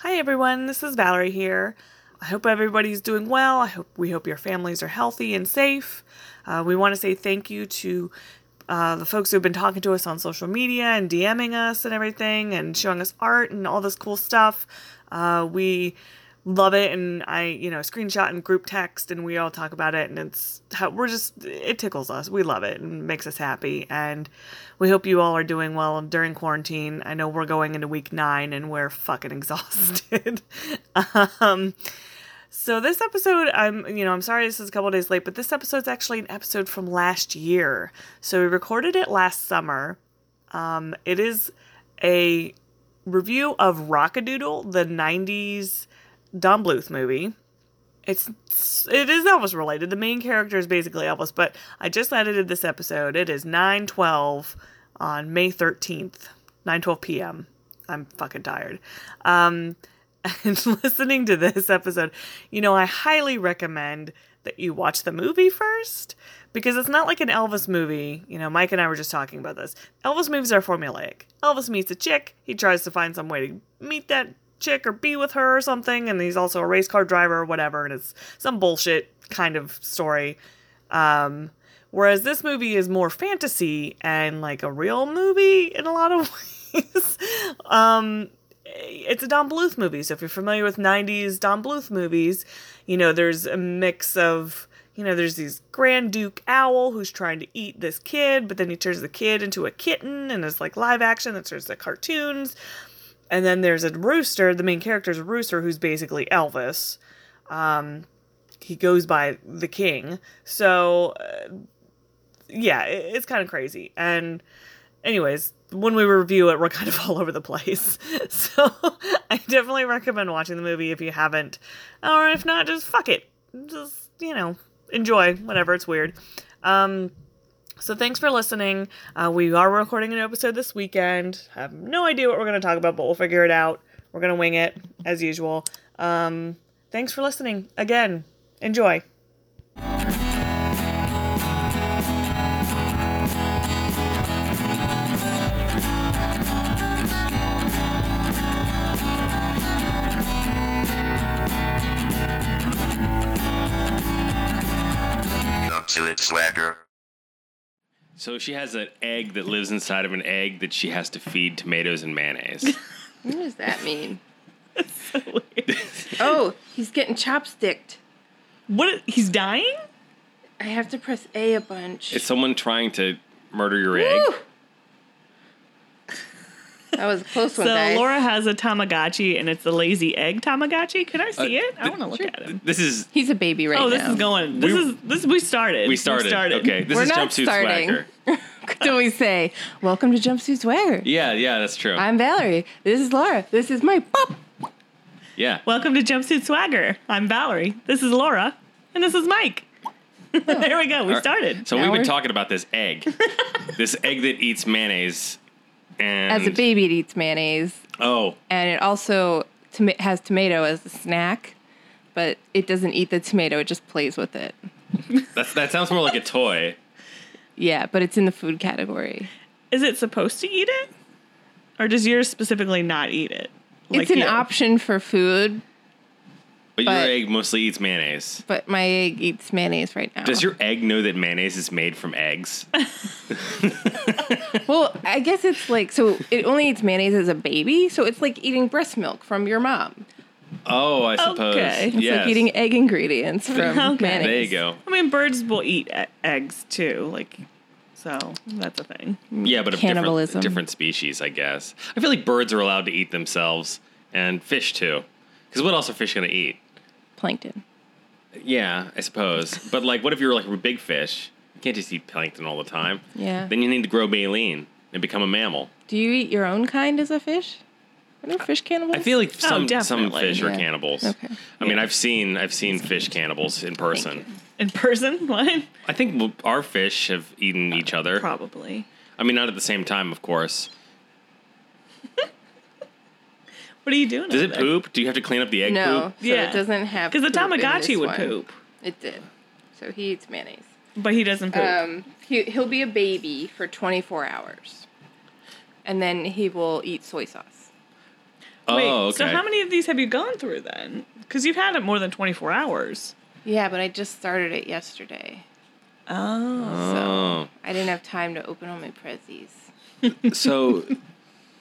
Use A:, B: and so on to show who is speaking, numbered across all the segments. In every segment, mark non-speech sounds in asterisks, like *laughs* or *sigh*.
A: Hi everyone, this is Valerie here. I hope everybody's doing well. I hope we hope your families are healthy and safe. Uh, we want to say thank you to uh, the folks who have been talking to us on social media and DMing us and everything, and showing us art and all this cool stuff. Uh, we love it, and I, you know, screenshot and group text, and we all talk about it, and it's how we're just it tickles us. We love it and makes us happy, and we hope you all are doing well during quarantine. I know we're going into week nine, and we're fucking *laughs* exhausted. um, so this episode, I'm you know I'm sorry this is a couple days late, but this episode's actually an episode from last year. So we recorded it last summer. Um, it is a review of Rockadoodle, the '90s Don Bluth movie. It's it is Elvis related. The main character is basically Elvis, but I just edited this episode. It is 9:12 on May 13th, 9:12 p.m. I'm fucking tired. Um, and *laughs* listening to this episode, you know, I highly recommend that you watch the movie first because it's not like an Elvis movie. You know, Mike and I were just talking about this. Elvis movies are formulaic. Elvis meets a chick, he tries to find some way to meet that chick or be with her or something, and he's also a race car driver or whatever, and it's some bullshit kind of story. Um, whereas this movie is more fantasy and like a real movie in a lot of *laughs* ways. um, it's a Don Bluth movie. So if you're familiar with 90s Don Bluth movies, you know, there's a mix of, you know, there's these Grand Duke owl who's trying to eat this kid, but then he turns the kid into a kitten and it's like live action that turns to cartoons. And then there's a rooster, the main character's a rooster who's basically Elvis. Um, he goes by the king. So, uh, yeah, it, it's kind of crazy. And anyways, when we review it, we're kind of *laughs* all over the place. So I definitely recommend watching the movie if you haven't, or if not, just fuck it, just you know, enjoy whatever. It's weird. Um, so thanks for listening. Uh, we are recording an episode this weekend. I have no idea what we're going to talk about, but we'll figure it out. We're going to wing it as usual. Um, thanks for listening again. Enjoy. *laughs*
B: Up to it, swagger.
C: So she has an egg that lives inside of an egg that she has to feed tomatoes and
D: *laughs*
C: mayonnaise.
D: What does that mean? oh, he's getting chopsticked.
A: What? He's dying?
D: I have to press A a bunch.
C: Is someone trying to murder your egg?
D: Woo! That was a close one,
A: So
D: guys.
A: Laura has a Tamagotchi, and it's a lazy egg Tamagotchi.
C: Uh,
A: Can I see it? I want to look at him.
C: This is
D: he's a baby right
A: Oh,
D: now.
A: this is going. This
C: We-
A: is this. We started.
C: we started. Okay, this
D: We're
C: is
D: not
C: jumpsuit
D: starting.
C: swagger.
D: What do we say? Welcome to Jumpsuit Swagger.
C: Yeah, yeah, that's true.
D: I'm Valerie. This is Laura. This is my pop.
C: yeah,
A: *laughs* Welcome to Jumpsuit Swagger. I'm Valerie. This is Laura, and this is Mike. *laughs*
D: Oh.
A: there we go. We started.
C: so
D: now
C: we've been
D: we're-
C: talking about this
D: *laughs*
C: egg, this egg that eats mayonnaise, and
D: As a baby, it eats mayonnaise,
C: Oh,
D: and it also toma- has tomato as a snack, but it doesn't eat the tomato. It just plays with it.
C: that's, that sounds more like a toy.
D: Yeah, but it's in the food category.
A: Is it supposed to eat it, or does yours specifically not eat it?
D: it's an
A: you.
C: uh,
D: option for food,
C: But,
D: But-
C: your egg mostly eats mayonnaise.
D: but my egg eats mayonnaise right now.
C: Does your egg know that mayonnaise is made from
D: *laughs*
C: eggs?
D: well, I guess it's like so it only eats mayonnaise as a baby, so it's like eating breast milk from your mom.
C: Oh, I suppose.
A: Okay. It's
D: It's
C: Yes.
D: like eating egg ingredients from
A: Okay.
D: mayonnaise.
C: there you go.
A: I mean, birds will eat e- eggs too. Like, so that's a thing.
C: Yeah, but of
D: Cannibalism.
C: different, different species, I guess. I feel like birds are allowed to eat themselves and fish too. Because what else are fish going to eat?
D: Plankton.
C: Yeah, I suppose. *laughs* But like, what if you're like a big fish? You can't just eat plankton all the time.
D: Yeah.
C: Then you need to grow baleen and become a mammal.
D: Do you eat your own kind as a fish? Are there fish cannibals?
C: I feel like some some
A: definitely.
C: fish are
D: Yeah.
C: cannibals.
D: Okay.
C: I mean, I've seen I've seen fish cannibals in person.
A: In person, *laughs* what?
C: I think w- our fish have eaten each other.
A: Probably.
C: I mean, not at the same time, of course.
A: What are you doing?
C: Does it poop? Do you have to clean up the egg
D: no.
C: poop?
D: So
A: Yeah.
D: it doesn't have
A: Because the
D: poop in
A: Tamagotchi
D: this
A: would
D: one.
A: poop,
D: It did. So he eats mayonnaise.
A: but he doesn't poop.
D: Um, he he'll be a baby for 24 hours, and then he will eat soy sauce.
A: Wait,
C: Oh, okay.
A: So how many of these have you gone through then? Because you've had it more than 24 hours.
D: Yeah, but I just started it yesterday.
A: Oh.
C: Oh.
D: I didn't have time to open all my prezzies.
C: So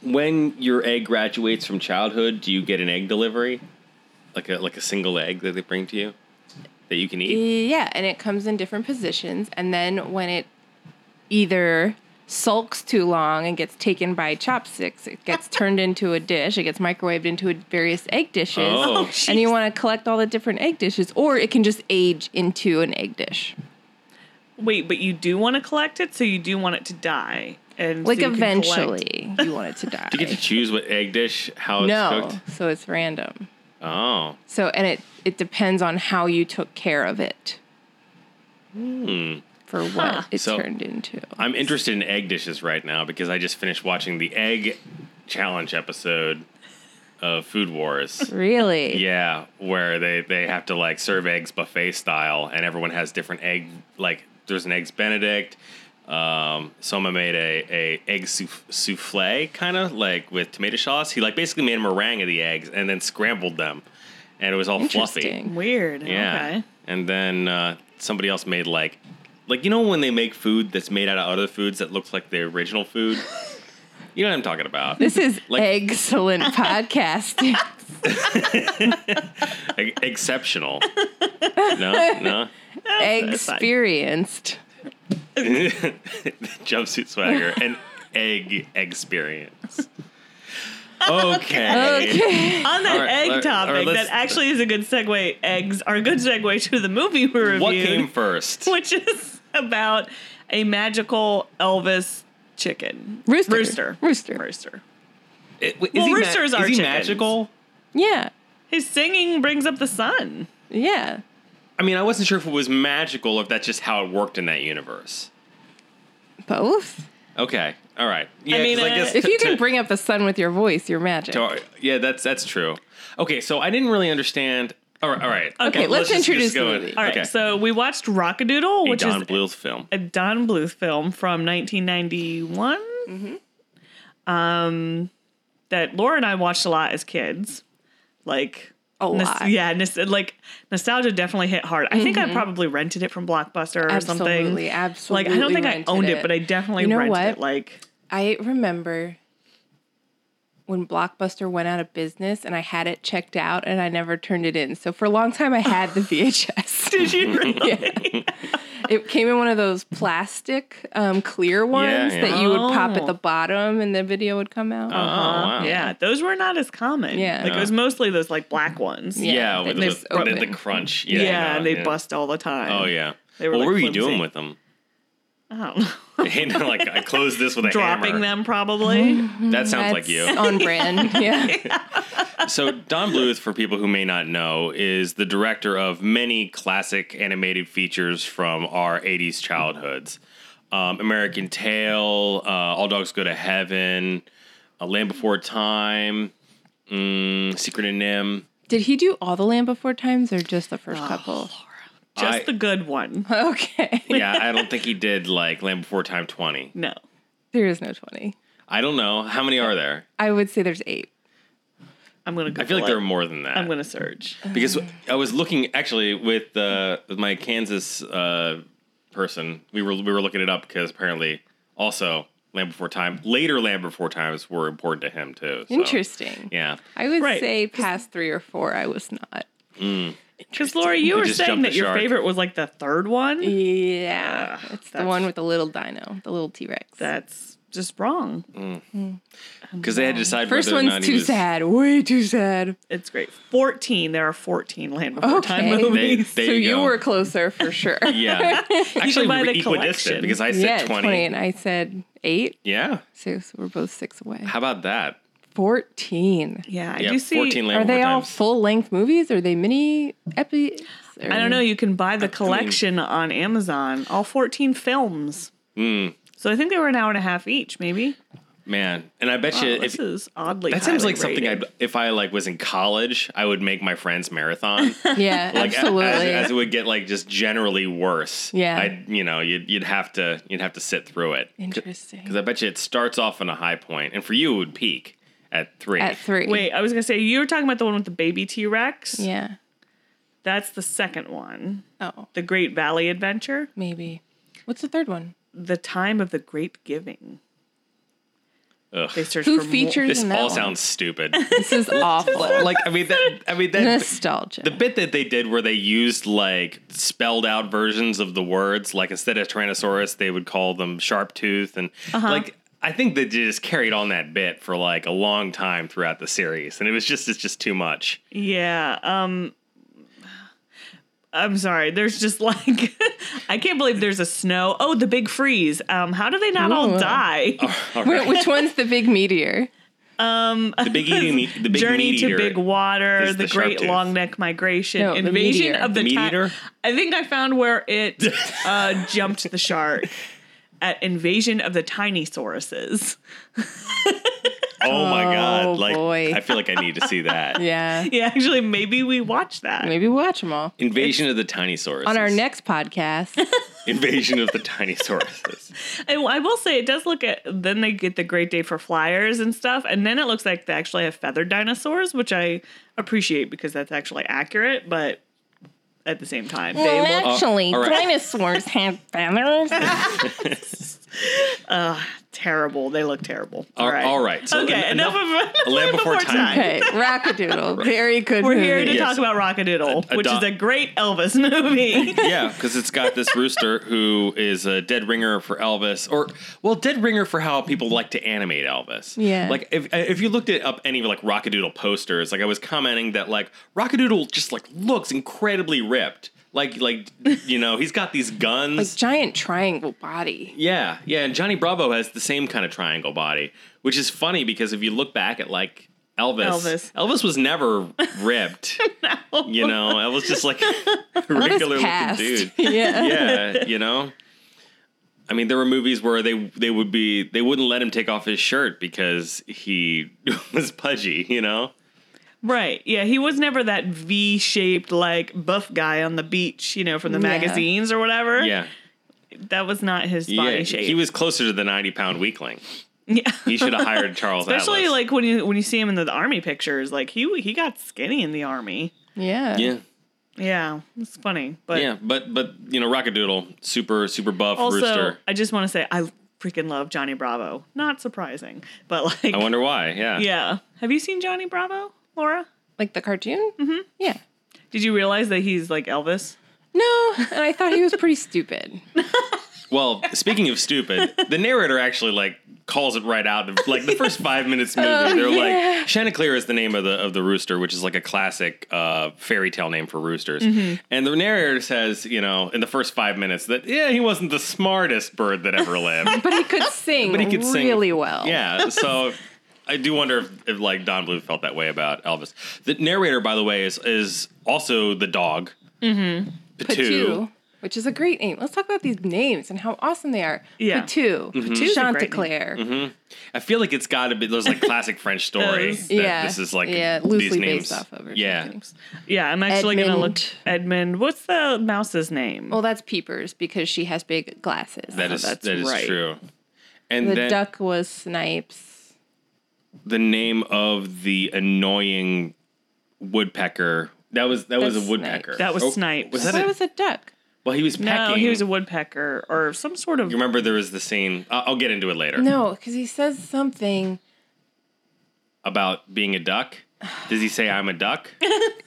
C: when your egg graduates from childhood, do you get an egg delivery? Like a like a single egg that they bring to you that you can eat?
D: Yeah, and it comes in different positions. And then when it either sulks too long and gets taken by chopsticks, it
A: *laughs*
D: gets turned into a dish. It gets microwaved into a- various egg dishes.
C: Oh.
D: and you want to collect all the different egg dishes, or it can just age into an egg dish.
A: Wait, but you do want to collect it, so you do want it to die. And so
D: Like
A: you can collect-
D: eventually, you want it to die.
C: Do you get *laughs* to choose what egg dish, how
D: no,
C: it's cooked?
D: so it's random.
C: Oh.
D: So and it it depends on how you took care of it. For what
C: Hmm.
D: it
C: So-
D: turned into.
C: I'm interested in egg dishes right now because I just finished watching the egg challenge episode of Food Wars.
D: Really?
C: Yeah, where they they have to like serve eggs buffet style, and everyone has different egg. Like there's an eggs Benedict. Um, Soma made a a egg souff- souffle kind of like with tomato sauce. He like basically made a meringue of the eggs and then scrambled them, and it was all fluffy.
D: Interesting.
A: Weird.
C: Yeah,
A: Okay.
C: and then uh, somebody else made like. Like you know when they make food that's made out of other foods that looks like the original
D: *laughs*
C: food, you know what I'm talking about.
A: *laughs*
D: This is
C: Like-
D: excellent podcasting.
C: E-
D: *laughs*
C: exceptional. no, no.
D: Experienced.
C: *laughs* jumpsuit swagger and egg experience. Okay.
D: Okay.
A: On that
C: All right,
A: egg
C: all right, all
A: topic,
C: right, let's-
A: that actually is a good segue. Eggs are a good segue to the movie we reviewed,
C: What came first?
A: *laughs* which is about a magical Elvis chicken.
D: Rooster.
A: Rooster.
D: Rooster.
A: Rooster.
C: It- is
A: Well,
C: he ma-
A: roosters are
C: is he
A: chickens.
C: magical?
D: Yeah.
A: His singing brings up the sun.
D: Yeah.
C: I mean, I wasn't sure if it was magical or if that's just how it worked in that universe.
D: Both.
C: Okay. All right. Yeah,
A: mean,
C: 'cause
A: uh,
D: If
C: to-
D: you
A: *laughs*
D: can
C: to-
D: bring up the sun with your voice, you're magic.
C: to- yeah, that's that's true. Okay, so I didn't really understand. All right. All right.
A: Okay,
C: Well,
D: let's
C: just-
D: introduce
C: just go
D: the
C: in.
D: movie.
A: All right,
C: Okay.
A: so we watched Rockadoodle,
C: a
A: which
C: Don
A: is
C: Bluth film.
A: a Don Bluth film from 1991 um,
D: Mm-hmm.
A: that Laura and I watched a lot as kids. Like,
D: A
A: nos-
D: lot. Mm-hmm.
A: yeah, nos- like nostalgia definitely hit hard. I think I probably rented it from Blockbuster or
D: Absolutely,
A: something.
D: absolutely
A: Like, I don't think I
D: rented
A: owned it,
D: it.
A: but I definitely
D: You know
A: rented it.
D: what?
A: Like,
D: *laughs* I remember when Blockbuster went out of business and I had it checked out and I never turned it in. So for a long time
A: *laughs*
D: I had the VHS.
A: did you really?
D: it came in one of those plastic um, clear ones
C: yeah.
D: that you would pop
A: Oh.
D: at the bottom and the video would come out.
C: Oh, wow.
A: *laughs* Uh-huh. Yeah, those were not as common.
D: Yeah.
A: Like, it was mostly those, like, black ones.
D: Yeah.
C: Yeah,
D: they
C: with,
D: just
C: with, with the
D: open.
C: crunch.
A: Yeah,
C: Yeah, I know,
A: and they
C: yeah.
A: bust all the time.
C: Oh yeah.
A: They were,
C: what
A: like,
C: were you doing
A: flimsy.
C: with *laughs* them?
A: I don't know.
C: You know, like I closed this with a
A: *laughs* Dropping
C: Oh, hammer.
A: them,
D: Mm-hmm.
A: probably.
C: That sounds like
D: That's *laughs*
C: you. *laughs*
D: on brand. Yeah.
C: So Don Bluth, for people who may not know, is the director of many classic animated features from our '80s childhoods: um, American Tail, uh, All Dogs Go to Heaven, uh, Land Before Time, mm, Secret and Nim.
D: Did he do all the Land Before Times or just the first couple? *laughs*
A: Just
C: I-
A: the good one.
D: Okay.
C: *laughs* Yeah, I don't think he did like Land Before Time 20.
A: No.
D: There is no 20.
C: I don't know how many are there.
D: I would say there's eight.
A: I'm gonna. Google
C: I feel like
A: it.
C: there are more than that.
A: I'm gonna search.
C: because I was looking actually with uh, with my Kansas uh, person. We were we were looking it up because apparently also Land Before Time later Land Before Times were important to him too. so,
D: Interesting.
C: Yeah.
D: I would
A: Right.
D: say past three or four, I was not.
A: Because Laura, you
C: They
A: were
C: just
A: saying
C: jumped
A: that
C: the
A: your
C: shark.
A: favorite was like the third one.
D: Yeah.
C: Ah,
D: it's the
A: that's-
D: one with the little dino, the little T Rex.
A: That's just wrong.
C: Mm. Because they had to decide
D: First
C: whether or not
D: one's
C: he
D: too
C: was-
D: sad. Way too sad.
A: It's great. Fourteen. There are fourteen Land Before
D: Okay.
A: Time
C: *laughs*
D: They-
C: They,
A: movies.
C: there
D: *laughs* so you
C: go.
D: were closer
C: *laughs*
D: for sure.
C: yeah. Actually,
A: buy
C: we were
A: the collection.
C: equidistant because I said
D: yeah,
C: 20.
D: 20. and I said eight.
C: Yeah.
D: So, so we're both six away.
C: How about that?
D: 14.
A: yeah, I
C: yeah.
A: do see.
C: 14 Land
D: Are they
C: Before
D: all
C: Times.
D: full length movies? Are they mini epi? or-
A: I don't know. You can buy the collection on Amazon. All fourteen films.
C: Mm.
A: So I think they were an hour and a half each, maybe.
C: Man. And I bet you
A: Wow,
C: if,
A: this is oddly.
C: that seems
A: highly
C: like something I
A: rated.
C: if I like was in college, I would make my friends marathon.
D: Yeah,
C: *laughs* like a-
D: absolutely.
C: As, as it would get like just generally worse.
D: Yeah.
C: I'd, you know, you'd you'd have to you'd have to sit through it because
D: Interesting.
C: I bet you it starts off on a high point, and for you it would peak at three.
D: at three.
A: Wait, I was gonna say you were talking about the one with the baby T Rex.
D: Yeah.
A: That's the second one.
D: Oh,
A: The Great Valley Adventure.
D: maybe. What's the third one?
A: The Time of the Great Giving.
C: Ugh.
A: They search
D: Who
A: for more-
D: features
C: This
D: in that
C: all
D: one?
C: sounds stupid. *laughs*
D: This is awful.
C: like I mean that I mean that
D: Nostalgia.
C: The bit that they did where they used like spelled out versions of the words, like instead of Tyrannosaurus, they would call them sharp tooth, and like I think they just carried on that bit for like a long time throughout the series, and it was just it's just too much.
A: Yeah. Um I'm sorry. There's just *laughs* like I can't believe there's a snow. Oh, the big freeze. Um how do they not all
D: Ooh.
A: die?
C: All
D: Wait,
C: right.
D: Which one's the big meteor?
C: the big eating, me- the big
A: Journey
C: meat
A: to
C: eater.
A: Big Water,
C: is
A: the,
C: the
A: Great
C: Sharptooth.
A: Long Neck Migration,
D: No, the
A: Invasion
D: meteor.
A: of the
C: The meat
A: Ti-
C: eater?
A: I think I found where it uh, jumped the shark at Invasion of the Tiny Sauruses.
C: Oh my god!
D: Oh,
C: like
D: boy.
C: I feel like I need to see *laughs* that
D: Yeah.
A: *laughs* Yeah, actually, maybe we watch that.
D: Maybe we'll watch them all.
C: invasion of the Tyrannosaurus
D: On our
C: *laughs*
D: next podcast,
C: Invasion of the Tyrannosaurus.
A: I, I will say it does look at. Then they get the Great Day for Flyers and stuff, and then it looks like they actually have feathered dinosaurs, which I appreciate because that's actually accurate. But at the same time, they look
C: all right.
D: dinosaurs had
C: *laughs*
D: feathers.
A: terrible. They look terrible.
C: All- all right, so
A: okay. *laughs*
C: en-
A: enough, of
C: A Land Before Time.
D: okay, Rockadoodle. Very good
A: We're
D: movie.
A: here to
C: Yes.
A: talk about Rockadoodle,
C: A- a
A: which
C: do-
A: is a great Elvis *laughs*
D: *laughs*
A: movie.
C: *laughs* Yeah, because it's got this rooster who is a dead ringer for Elvis, or well, dead ringer for how people like to animate Elvis.
D: Yeah.
C: like if if you looked it up any like Rockadoodle posters, like I was commenting that like Rockadoodle just like looks incredibly ripped. Like like you know he's got these guns.
D: Like giant triangle body.
C: yeah, yeah, and Johnny Bravo has the same kind of triangle body, which is funny because if you look back at like. Elvis.
A: Elvis.
C: was never
A: *laughs*
C: ripped. You know, Elvis just like a
D: Elvis
C: regular looking
D: passed.
C: dude
D: *laughs* Yeah.
C: yeah, you know. I mean, there were movies where they they would be they wouldn't let him take off his shirt because he *laughs* was pudgy, you know.
A: Right. Yeah. He was never that V shaped, like, buff guy on the beach, you know, from the
D: Yeah.
A: magazines or whatever.
C: Yeah,
A: That was not his body
C: yeah.
A: shape.
C: He was closer to the ninety pound weakling.
A: yeah.
C: He should have
A: *laughs*
C: hired Charles.
A: Especially
C: Atlas.
A: like when you when you see him in the, the army pictures, like he he got skinny in the army.
D: Yeah.
C: *laughs* yeah,
A: Yeah, it's funny, but
C: yeah, but but you know, Rockadoodle, super super buff
A: also
C: rooster.
A: I just want to say I freaking love Johnny Bravo. Not surprising, but like
C: I wonder why.
A: *laughs*
C: Yeah,
A: yeah. Have you seen Johnny Bravo, Laura?
D: Like the cartoon? Mm-hmm. Yeah.
A: Did you realize that he's like Elvis?
D: No, and I thought he was pretty stupid.
C: Well, speaking of stupid, the narrator actually like calls it right out. Like the first five minutes movie,
A: Oh,
C: they're like Chanticleer is the name of the of the rooster, which is like a classic uh, fairy tale name for roosters.
A: Mm-hmm.
C: And the narrator says, you know, in the first five minutes that yeah, he wasn't the smartest bird that ever lived,
D: But
A: *laughs*
D: he could sing
C: but he could sing
D: really well.
C: Yeah, so.
D: *laughs*
C: I do wonder if, if like Don Bluth felt that way about Elvis. The narrator, by the way, is is also the dog. Mm-hmm.
D: Patu, which is a great name. Let's talk about these names and how awesome they are.
A: Yeah.
D: Patu,
C: Mm-hmm.
A: a great name.
D: Chanticleer.
C: I feel like it's got to be those like classic
D: *laughs*
C: French stories.
A: Those.
C: that
D: Yeah.
C: this is like
D: Yeah,
C: these
D: loosely
C: names.
D: based off of or
C: yeah,
D: something.
A: Yeah, I'm actually gonna look
D: Edmund.
A: Edmund. What's the mouse's name?
D: Well, that's Peepers because she has big glasses.
C: that is
A: that's
C: that is
A: right.
C: true. And
D: Oh, the
C: then
D: duck was Snipes.
C: the name of the annoying woodpecker. That was that was
D: That's
C: a woodpecker.
D: Snipes.
A: That was
C: Oh,
A: Snipes.
C: Was that
D: Why
C: it?
D: was a duck?
C: well, he was pecking.
A: no, he was a woodpecker or some sort of
C: you remember there was the scene. I- I'll get into it later
D: No, because he says something. *laughs*
C: about being a duck. Does he say I'm a duck?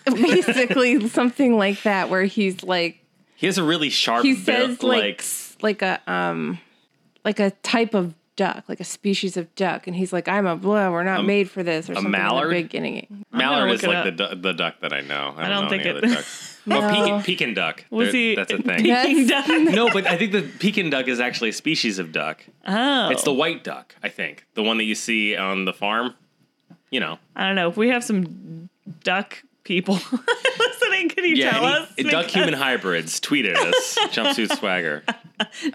D: basically something like that where he's like
C: He has a really sharp. *laughs*
D: he
C: bill-
D: says like s- like, a um like a type of duck like a species of duck and he's like i'm a blah we're not made for this or something
C: Um, mallard?
D: in the beginning
C: Mallard
A: look
C: is
A: it
C: like
A: up.
C: the, du- the duck that I know. I don't,
A: don't
C: know
A: think
C: any
A: it- *laughs*
C: other ducks. Well, Pekin, Pekin duck.
A: was
C: There-
A: he *laughs*
C: That's a thing.
A: Peking duck?
C: no, but I think the Pekin duck is actually a species of duck.
A: Oh,
C: It's the white duck, I think, the one that you see on the farm. You know,
A: I don't know. If we have some duck people *laughs* listening, can you tell
C: any-
A: us?
C: *laughs* duck human hybrids. Tweeted us, jumpsuit swagger.
A: *laughs*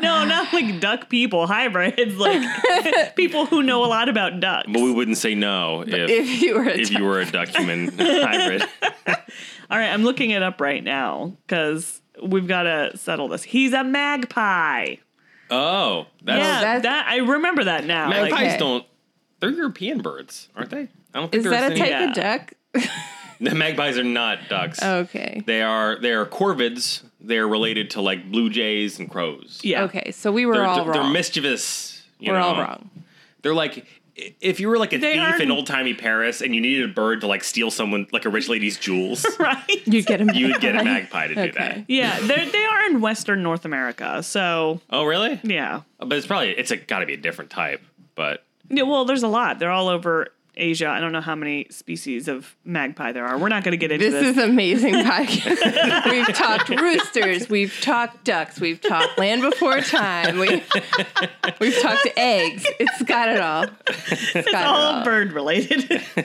A: No,
C: *laughs*
A: not like duck people, hybrids,
D: *laughs*
A: like people who know a lot about ducks.
C: But we wouldn't say no if if,
D: *laughs* if you were a duck,
C: you were a duck
A: *laughs*
C: human hybrid.
A: All right, I'm looking it up right now because we've got to settle this. He's a magpie.
C: Oh, that's
A: yeah,
D: that's-
A: that I remember that now.
C: magpies
A: Like,
D: Okay.
C: don't. They're European birds, aren't they? I don't think
D: Is
C: there
D: that a
C: was any.
D: type
A: Yeah.
D: of duck?
C: *laughs* The magpies are not ducks. *laughs*
D: okay.
C: They are they are corvids. They're related to like blue jays and crows.
A: Yeah.
D: Okay, so we were
C: they're,
D: all
C: they're
D: wrong.
C: mischievous. you
D: we're all
C: know.
D: wrong.
C: They're like i- if you were like a
A: They
C: thief
A: are-
C: in old timey Paris and you needed a bird to like steal someone like a rich lady's
D: *laughs*
C: jewels,
A: *laughs* Right.
D: You'd get a
C: *laughs* you would get a
D: magpie.
C: magpie to do that. *laughs*
D: Okay.
A: Yeah, they they are in Western North America, so
C: Oh really?
A: yeah.
C: But it's probably it's a got to be a different type. But
A: Yeah, well, there's a lot. They're all over Asia. I don't know how many species of magpie there are. We're not going to get into
D: This
A: this.
D: is
C: *laughs*
D: amazing podcast. *laughs* we've talked roosters, we've talked ducks, we've talked land before time, we, *laughs* we've talked eggs. It's got it all. It's got it
A: all
D: all.
A: bird related.
C: *laughs*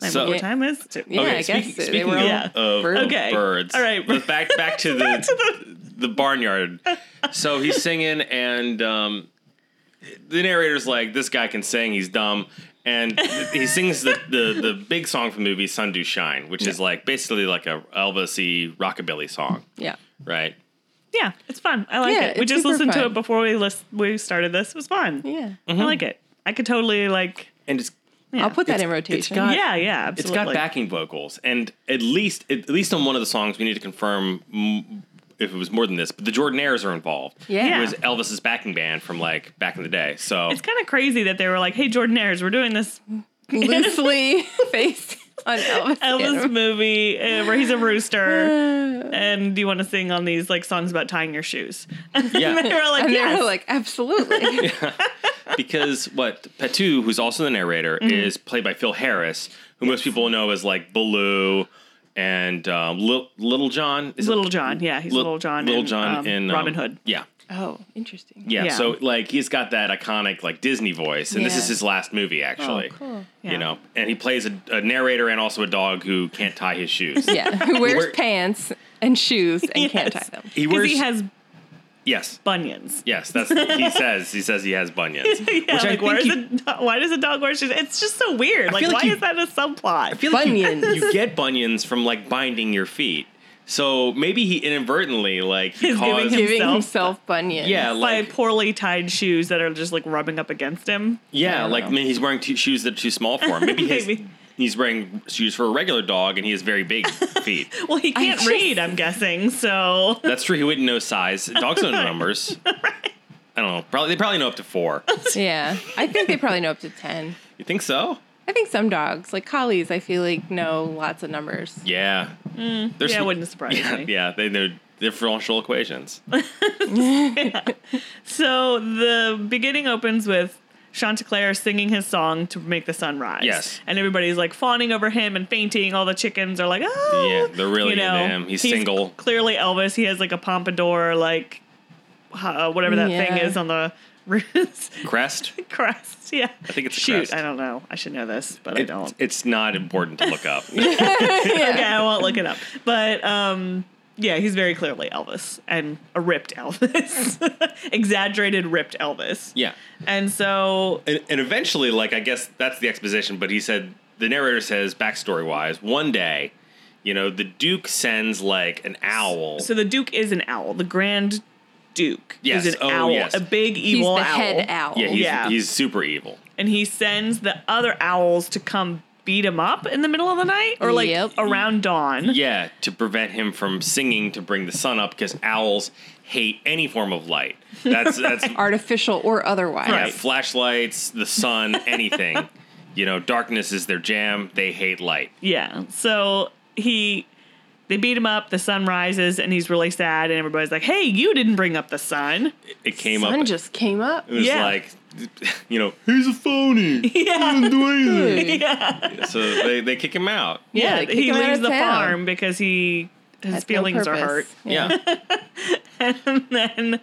A: Land
C: So-
A: before time is too.
D: Yeah, I guess
C: speak-
D: they
C: speaking
D: were all
C: of, of-
D: birds.
C: of
A: Okay.
C: birds.
A: All right.
C: let's back
A: *laughs*
C: back
D: *laughs*
C: to the the barnyard. So he's singing, and um, the narrator's like, "This guy can sing. He's dumb." And he sings the, the, the big song from the movie "Sun Do Shine," which is like basically like a Elvisy rockabilly song,
D: Yeah.
C: right?
A: Yeah, it's fun. I like
D: Yeah,
A: it. We
D: it's
A: just
D: super
A: listened to
D: fun.
A: it before we list- we started this. It was fun.
D: Yeah.
C: Mm-hmm.
A: I like it. I could totally like.
C: And it's
D: I'll put that in
C: it's
D: rotation.
C: got-
A: Yeah, yeah, absolutely.
C: it's got backing vocals, and at least at least on one of the songs, we need to confirm mm, if it was more than this. But the Jordanaires are involved.
D: Yeah.
C: it was Elvis's backing band from like back in the day. So
A: It's kind of crazy that they were like, "Hey, Jordan Ayers, we're doing this
D: *laughs*
C: *laughs*
D: Loosely based on
A: Elvis
D: Elvis. *laughs* Presley.
A: movie uh, where he's a rooster,
D: *laughs*
A: and do you want to sing on these like songs about tying your shoes?"
C: yeah,
A: they were like,
D: And
A: "Yes."
D: they were like,
C: *laughs*
D: absolutely.
C: because what Patu, who's also the narrator,
A: Mm-hmm.
C: is played by Phil Harris, who most people know as like Baloo and um, Lil, Little John. Is it
A: Little John, yeah, he's
C: Lil-
A: Little John,
C: Little
A: in,
C: John
A: um,
C: in um,
A: Robin Hood.
C: Yeah.
D: oh, interesting.
C: yeah,
A: Yeah.
C: So like he's got that iconic like Disney voice, and this is
D: Yeah.
C: his last movie actually.
D: Oh, cool.
A: Oh, Yeah.
C: You know, and he plays a, a narrator and also a dog who can't tie
A: *laughs*
C: his shoes.
D: Yeah. *laughs* Who wears
C: We're-
D: pants and shoes
C: *laughs*
D: and can't tie
A: Yes.
D: them.
C: He
A: 'Cause
C: wears
A: he has
C: yes,
A: bunions.
C: yes. That's he says. He says he has bunions,
A: *laughs* Yeah,
C: which I
A: like,
C: think
A: why, is
C: you-
A: a do- why does a dog wear shoes? It's just so weird. Like,
C: feel like
A: why
C: you-
A: is that a subplot?
C: I feel like you-
D: Bunions.
C: You, get bunions from like binding your feet. So maybe he inadvertently like he
A: He's giving
C: caused
A: him-
D: Giving
A: Himself.
D: himself bunions.
A: by
C: yeah like
A: poorly tied shoes that are just like rubbing up against him.
C: yeah
D: don't
C: like
D: know.
C: I mean, he's wearing two shoes that are too small for
A: *laughs*
C: him. Maybe, His,
A: Maybe.
C: he's wearing shoes for a regular dog and he has
A: *laughs*
C: very big feet.
A: Well, he can't
D: just-
A: read, I'm guessing. So
C: That's true. He wouldn't know size. Dogs don't
A: *laughs*
C: know numbers. I don't know. Probably they probably know up to four.
D: Yeah. I think they probably know up to 10.
C: You think so?
D: I think some dogs, like collies, I feel like know lots of numbers.
C: Yeah. They're
A: Mm, yeah,
C: sm-
A: it wouldn't surprise
C: yeah,
A: me.
C: yeah, they know
A: *laughs*
C: differential equations.
A: So the beginning opens with Chanticleer singing his song to make the sun rise.
C: Yes.
A: and everybody's like fawning over him and fainting. All the chickens are like, oh,
C: Yeah, they're really into him. He's single.
A: Clearly, Elvis. He has like a pompadour, like uh, whatever that thing
D: Yeah.
A: is on the *laughs* wrist
C: Crest.
A: crest. Yeah, I
C: think it's a
A: shoot.
C: crest.
A: I don't know. I should know this, but I
C: It-
A: don't.
C: It's not important to look
A: *laughs*
C: up.
A: okay, I won't look it up. But um, yeah, he's very clearly Elvis and a ripped Elvis, *laughs* exaggerated ripped Elvis.
C: yeah.
A: And so
C: and, and eventually, like I guess that's the exposition. But he said the narrator says backstory wise, one day, you know, the Duke sends like an owl.
A: So the Duke is an owl. The Grand Duke
C: Yes.
A: is an
C: Oh,
A: owl,
C: yes.
A: a big
D: He's
A: evil
D: the
A: owl.
D: head owl.
C: yeah, he's,
A: yeah.
C: he's super evil.
A: And he sends the other owls to come beat him up in the middle of the night or like
D: Yep.
A: around dawn.
C: Yeah, to prevent him from singing to bring the sun up because owls hate any form of light. That's that's
D: Artificial or otherwise.
C: yeah, flashlights, the sun, anything. you know, darkness is their jam. They hate light.
A: Yeah. So he they beat him up, the sun rises, and he's really sad, and everybody's like, Hey, you didn't bring up the sun. *laughs*
C: It came
D: Sun
C: up.
D: just came up.
C: it was
A: yeah.
C: like, *laughs* you know, he's a phony.
A: Yeah.
C: *laughs* He didn't do
A: *laughs*
C: anything.
A: Yeah.
C: so they, they kick him out.
D: Yeah, they kick
A: he
D: him out
A: leaves
D: of
A: the
D: town.
A: farm because he his
D: Has no
A: feelings are
D: purpose.
A: hurt.
C: Yeah.
A: *laughs* And then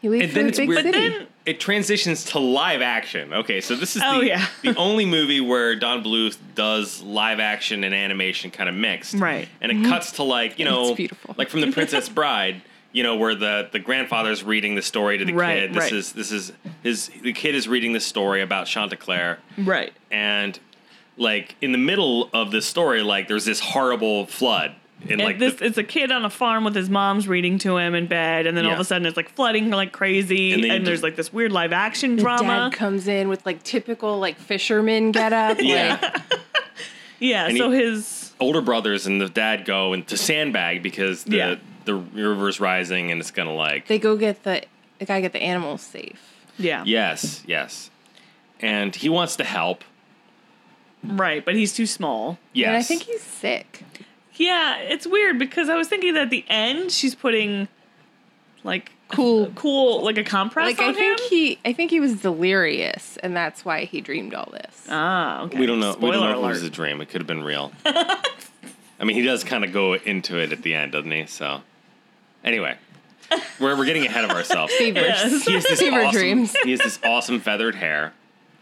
D: He
C: *laughs*
D: leaves
C: And
D: for
C: then
D: the
C: it's
D: big
C: weird.
D: city.
A: then-
C: It transitions to live action. Okay, so this is
A: Oh,
C: the,
A: yeah.
C: the only movie where Don Bluth does live action and animation kind of mixed.
A: Right.
C: And it cuts to like, you know,
D: It's beautiful.
C: like
A: *laughs*
C: from The Princess Bride, you know, where the the grandfather's reading the story to the
A: Right,
C: kid. This
A: right.
C: is this is his the kid is reading the story about Chanticleer
A: Right.
C: and like in the middle of this story like there's this horrible flood in
A: And
C: like
A: this,
C: the,
A: it's a kid on a farm with his mom's reading to him in bed, and then all of
C: Yeah.
A: a sudden it's like flooding like crazy,
C: And
A: and,
C: then you
A: there's
C: just-
A: like this weird live action
D: The
A: drama.
D: dad comes in with like typical like fisherman
A: *laughs*
D: get up.
C: yeah.
D: Like,
A: yeah,
C: and
A: so
C: he-
A: his
C: older brothers and the dad go into sandbag because the
A: Yeah.
C: the river's rising and it's gonna like
D: they go get the they gotta get the animals safe.
A: yeah,
C: yes yes, and he wants to help.
A: right, but he's too small.
C: Yes,
D: And I think he's sick.
A: Yeah, it's weird because I was thinking that at the end she's putting like
D: Cool.
A: cool like a compress
D: Like
A: on
D: I think
A: him.
D: he I think he was delirious and that's why he dreamed all this.
A: ah, okay.
C: we don't know. we don't
A: Spoiler
C: know if it was a
A: alert.
C: dream. It could have been
D: *laughs*
C: real. I mean, he does kind of go into it at the end, doesn't he? So, anyway, we're we're getting ahead of ourselves. he
D: Fever. *laughs*
A: Yes.
C: has this
D: Fever
A: *laughs*
C: awesome,
D: dreams.
C: He has this awesome feathered hair.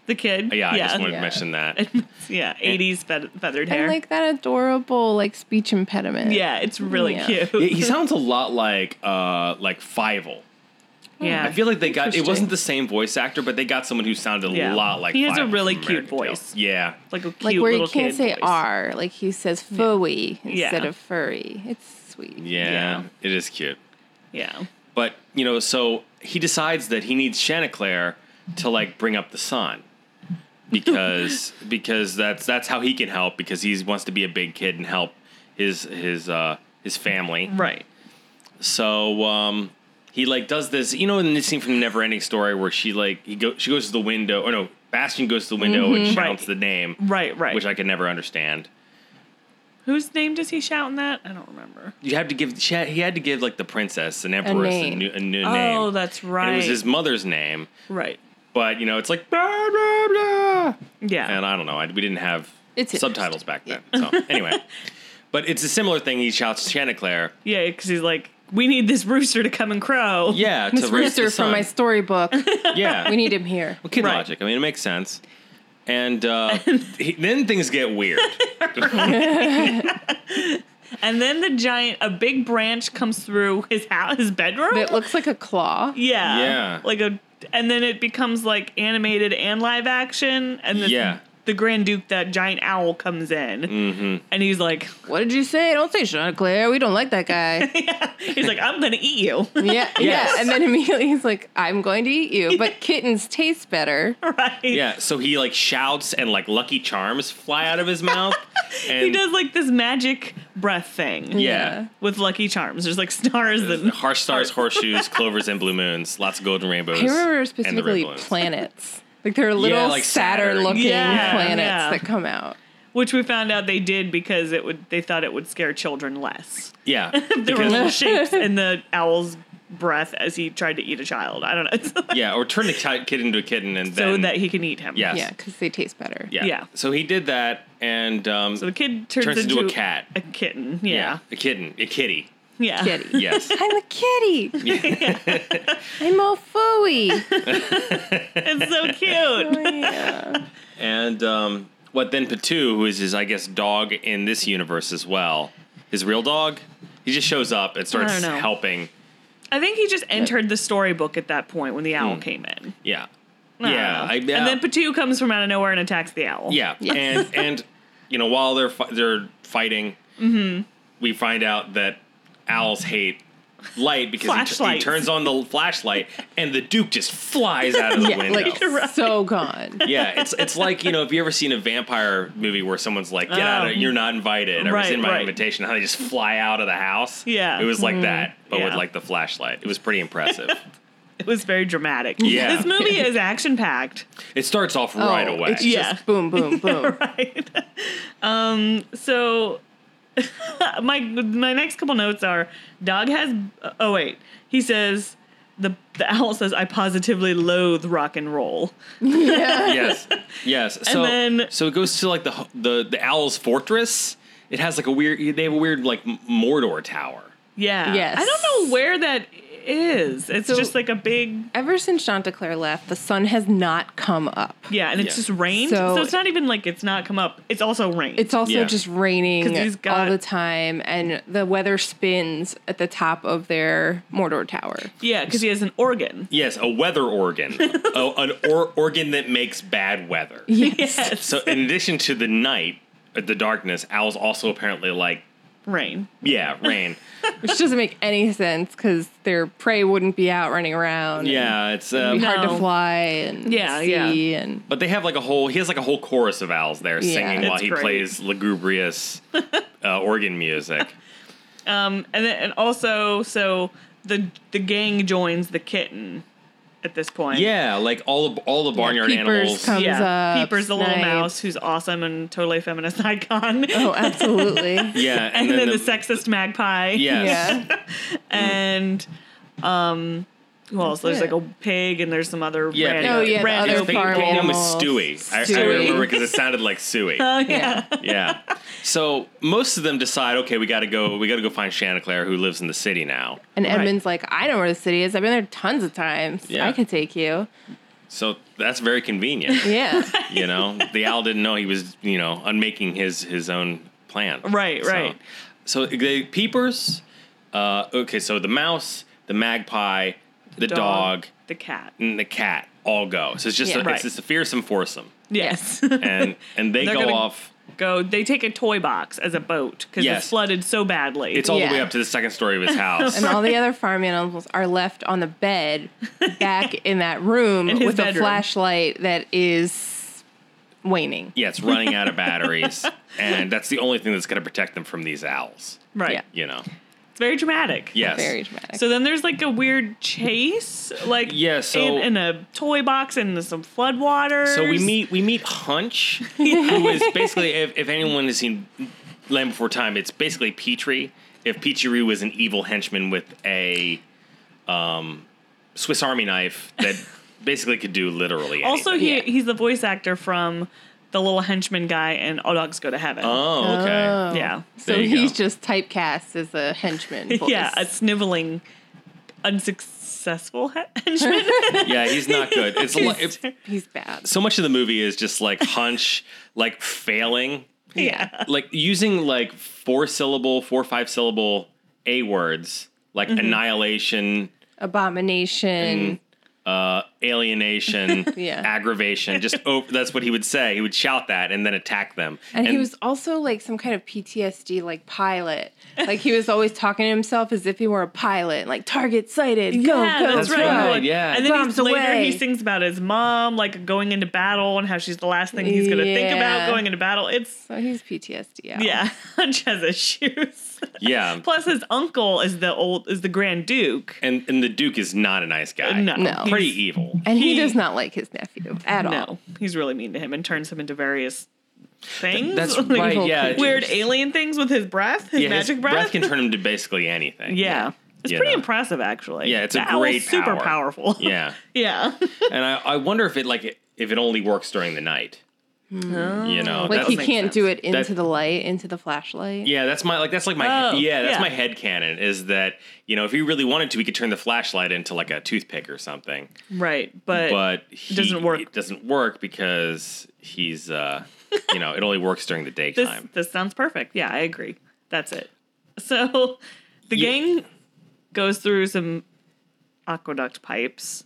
A: The kid.
C: Yeah, I just wanted
D: Yeah.
C: to mention that.
A: *laughs* yeah, eighties feathered hair.
D: And like that adorable like speech impediment.
A: yeah, it's really
D: Yeah.
A: cute.
C: Yeah,
D: *laughs*
C: he sounds a lot like uh like Fievel.
A: *laughs* yeah,
C: I feel like they got it
D: Interesting.
C: wasn't the same voice actor, but they got someone who sounded
A: Yeah.
C: a lot like.
A: He has a
C: Fievel
A: really
C: from
A: cute
C: American Tail.
A: voice.
C: Yeah,
A: like a cute
D: Like where you
A: little
D: can't
A: kid
D: say
A: voice.
D: R, like he says fooey instead
A: Yeah.
D: of furry. It's sweet.
C: yeah,
A: Yeah.
C: it is cute.
A: Yeah,
C: But you know, so he decides that he needs Chanticleer to like bring up the sun
A: *laughs*
C: because because that's that's how he can help because he wants to be a big kid and help his his uh his family.
A: right.
C: So um he like does this, you know, in the scene from Never Ending Story where she like he go she goes to the window or no, Bastion goes to the window and shouts
A: Mm-hmm. Right.
C: the name.
A: Right, right.
C: Which I could never understand.
A: Whose name does he shout in that? I don't remember.
C: You have to give she had, he had to give like the princess and empress a,
D: name.
C: new, a new name.
A: Oh, that's right.
C: And it was his mother's name,
A: right.
C: but you know, it's like blah, blah, blah.
A: Yeah.
C: and I don't know, I, we didn't have
D: It's
C: subtitles back then. So anyway, but it's a similar thing. He shouts Chanticleer,
A: yeah, because he's like, we need this rooster to come and crow.
C: yeah,
D: Miss
C: to raise the
D: Rooster from
C: sun.
A: *laughs*
D: my storybook.
C: yeah.
D: *laughs* we need him here.
C: Well, kid
A: Right.
C: logic. I mean, it makes sense. And uh, he, then things get weird.
A: And then the giant, a big branch comes through his house, his bedroom.
D: But it looks like a claw.
A: yeah.
C: Yeah.
A: Like a, and then it becomes like animated and live action. And then
C: Yeah.
A: the Grand Duke, that giant owl, comes in,
C: Mm-hmm.
A: and he's like, *laughs*
D: What did you say? Don't say Chanticleer. We don't like that
C: *laughs*
D: guy.
A: he's like, I'm gonna eat you. *laughs*
D: Yeah,
C: Yes.
D: yeah. And then immediately he's like, I'm going to eat
C: *laughs*
D: you. But kittens taste better.
A: right.
C: yeah. So he like shouts and like Lucky Charms fly out of his mouth. And
A: He does like this magic breath thing
C: Yeah.
A: with Lucky Charms. There's like stars and
C: Harsh stars,
A: *laughs*
C: horseshoes, clovers, and blue moons. Lots of golden rainbows.
D: I remember
C: and the red
D: specifically
C: balloons.
D: planets. Like they're little
C: like
D: sadder
C: Saturn.
D: looking
A: Yeah,
D: planets
A: yeah.
D: that come out.
A: which we found out they did because it would they thought it would scare children less.
C: Yeah.
A: There were
C: because- *laughs*
A: little shapes in the owl's breath as he tried to eat a child. I don't know, *laughs* It's like-
C: yeah, or turn the ki- kid into a kitten and
A: so
C: then
A: that he can eat him.
C: Yes.
D: Yeah, because they taste better.
C: Yeah.
A: Yeah.
C: So he did that, and um,
A: So the kid turns,
C: Turns into a cat.
A: a kitten. Yeah,
C: a kitten,
A: *laughs*
C: a kitty.
A: yeah,
D: Kitty.
C: Yes.
D: I'm a kitty. I'm all fooey.
C: *laughs*
A: it's so cute.
D: yeah.
C: and um, what then? Patu, who is his, I guess, dog in this universe as well, his real dog. He just shows up and starts
A: don't know.
C: helping.
A: I think he just entered the storybook at that point when the owl came in.
C: Yeah.
A: I
C: Hmm. Yeah.
A: don't
C: I,
A: know.
C: yeah.
A: and then Patu comes from out of nowhere and attacks the owl. *laughs*
C: yeah.
D: Yes.
C: And and you know while they're fi- they're fighting,
A: Mm-hmm.
C: we find out that owls hate light because he, tu- he
A: Flashlights.
C: turns on the flashlight and the Duke just flies
A: *laughs*
C: out of the window.
D: Like so gone.
C: Yeah, it's it's like you know if you ever seen a vampire movie where someone's like, "Get out of
A: Um,
C: you're not invited," or
A: right,
C: "It's in my
A: right.
C: invitation," how they just fly out of the house.
A: Yeah. Mm-hmm.
C: it was like that, but with
A: Yeah.
C: like the flashlight. It was
A: *laughs*
C: pretty impressive.
A: It was very dramatic.
C: Yeah.
A: This movie
C: *laughs*
A: is action packed.
C: it starts off right
D: Oh,
C: away.
D: It's
A: Yeah.
D: just boom,
C: *laughs*
D: boom, boom.
A: *laughs* right. Um, so *laughs* my my next couple notes are dog has oh wait he says the the owl says I positively loathe rock and roll
C: yes, yes. So
A: then-
C: so it goes to like the ho- the the owl's fortress. It has like a weird. They have a weird like M- Mordor tower.
A: yeah
D: Yes.
A: I don't know where that is it's
D: So-
A: just like a big
D: Ever since Chanticleer left, the sun has not come up.
A: yeah and it's
C: Yeah.
A: just rained so,
D: So-
A: it's not even like it's not come up it's also rained
D: It's also
C: Yeah.
D: just
A: 'Cause
D: raining
A: he's got-
D: all the time, and the weather spins at the top of their Mordor Tower.
A: yeah because he has an organ
C: Yes, a weather organ, a, an or, organ that makes bad weather.
D: *laughs* Yes.
A: yes
C: So in addition to the night, uh, the darkness, owls also apparently like
A: Rain.
C: Yeah, rain.
D: *laughs* which doesn't make any sense because their prey wouldn't be out running around. and
C: yeah, it's uh,
D: it'd be hard
A: No.
D: to fly and
A: Yeah,
D: see
A: *laughs*
D: and
C: But they have like a whole. He has like a whole chorus of owls there
D: Yeah.
C: singing while
A: That's
C: he
A: great.
C: plays lugubrious uh, organ music.
A: Um, and then, and also, so the the gang joins the kitten at this point.
C: Yeah, like all the all the barnyard
D: Peepers
C: animals.
D: come-
A: Yeah.
D: Thumbs up,
A: Peepers the little
D: Snipes.
A: mouse who's awesome and totally a feminist *laughs* icon.
D: oh, absolutely.
C: yeah,
A: *laughs* and, then, the, sexist magpie.
C: Yes.
D: Yeah,
A: And um who else? There's like a pig and there's some other
C: Yeah,
A: random,
C: Oh, yeah,
D: the
A: random
D: other
C: His pig-
D: farm
C: pig name was
D: animals.
C: Stewie. I- I,
D: Stewie.
C: remember because it sounded like Suey.
D: *laughs*
A: Oh,
D: yeah.
A: yeah.
C: yeah. So most of them decide, okay, we got to go. We got to go find Chanticleer, who lives in the city now.
D: And Edmund's like, I know where the city is. I've been there tons of times.
C: Yeah.
D: I could take you.
C: So that's very convenient.
D: *laughs* Yeah.
C: you know, the owl didn't know he was, you know, unmaking his his own plan.
A: Right,
C: So-
A: right.
C: So the peepers. Uh, okay, so the mouse, the magpie, the, dog,
A: The cat.
C: and the cat all go. So it's just
D: Yeah.
C: a,
A: Right.
C: it's just a fearsome foursome,
A: Yes.
C: and and they
D: *laughs*
A: They're
C: go
A: gonna-
C: off.
A: *laughs* Go. They take a toy box as a boat because
C: Yes.
A: it's flooded so badly.
C: It's all the
D: Yeah.
C: way up to the second story
D: *laughs*
C: of his house.
D: and all the other farm animals are left on the bed back in that room
A: *laughs* In his
D: with a
A: bedroom.
D: flashlight that is waning.
C: yeah, it's running out of batteries, *laughs* and that's the only thing that's going to protect them from these owls.
A: right.
D: yeah.
C: You know.
A: It's very dramatic.
C: Yes.
D: Very dramatic.
A: So then there's like a weird chase, like
C: Yeah, so-
A: in, in a toy box and there's some floodwaters.
C: So we meet we meet Hunch, who is basically if, if anyone has seen Land Before Time, it's basically Petrie. If Petrie was an evil henchman with a um, Swiss Army knife that basically could do literally
A: Also,
C: anything.
A: he
D: Yeah.
A: he's the voice actor from the little henchman guy and All Dogs Go to Heaven.
C: Oh, okay.
D: Oh.
A: yeah,
D: So
C: There you
D: he's
C: go.
D: just typecast as a henchman. Voice.
A: yeah, a sniveling, unsuccessful he- *laughs*
D: *laughs*
A: henchman.
C: Yeah, he's not good. It's a lo- it,
D: he's bad.
C: so much of the movie is just like Hunch like failing
A: *laughs* yeah,
C: like using like four syllable, four five syllable A words like
D: Mm-hmm.
C: annihilation,
D: Abomination.
C: uh, alienation,
D: *laughs* Yeah.
C: aggravation.
D: *laughs*
C: Just over, that's what he would say. He would shout that and then attack them.
D: And, he was also like some kind of PTSD like pilot. Like he was always talking to himself as if he were a pilot, like target sighted, go,
A: Yeah,
D: go,
A: that's
D: go.
A: right.
C: right, yeah.
A: and then he's,
D: Bombs
A: later
D: away.
A: he sings about his mom, like going into battle and how she's the last thing he's going to think
D: Yeah.
A: about going into battle. It's
D: So he's PTSD. Out.
A: yeah, *laughs* Hunch has
C: *laughs*
A: issues.
C: yeah.
A: Plus, his uncle is the old is the Grand Duke.
C: And and the Duke is not a nice guy.
A: No,
D: No.
C: pretty evil.
D: And he,
A: He-
D: does not like his nephew at all.
A: No, he's really mean to him and turns him into various things.
C: That's
A: *laughs* Like,
C: right.
D: evil
C: Yeah,
A: Weird alien things with his breath, his
C: yeah, his
A: magic breath.
C: can turn him to basically
A: *laughs*
C: anything.
A: yeah. It's
C: You
A: pretty
C: know.
A: impressive, actually.
C: Yeah, it's a
A: The owl's
C: great
A: super
C: power.
A: powerful.
C: *laughs* yeah.
A: *laughs* yeah.
C: And I, I wonder if it like if it only works during the night. You know,
D: Like
C: that's-
D: Hmm. he
A: make
D: can't do it into
C: That-
D: the light, into the flashlight.
C: Yeah, that's my like that's like my
A: Oh,
C: yeah, that's
A: yeah.
C: my head canon is that, you know, if he really wanted to, he could turn the flashlight into like a toothpick or something.
A: Right. But,
C: But he,
A: doesn't work.
C: It doesn't work because he's uh you know, it only works during the
A: this
C: daytime.
A: this sounds perfect. Yeah, I agree. That's it. *laughs* So the
C: Yeah.
A: gang goes through some aqueduct pipes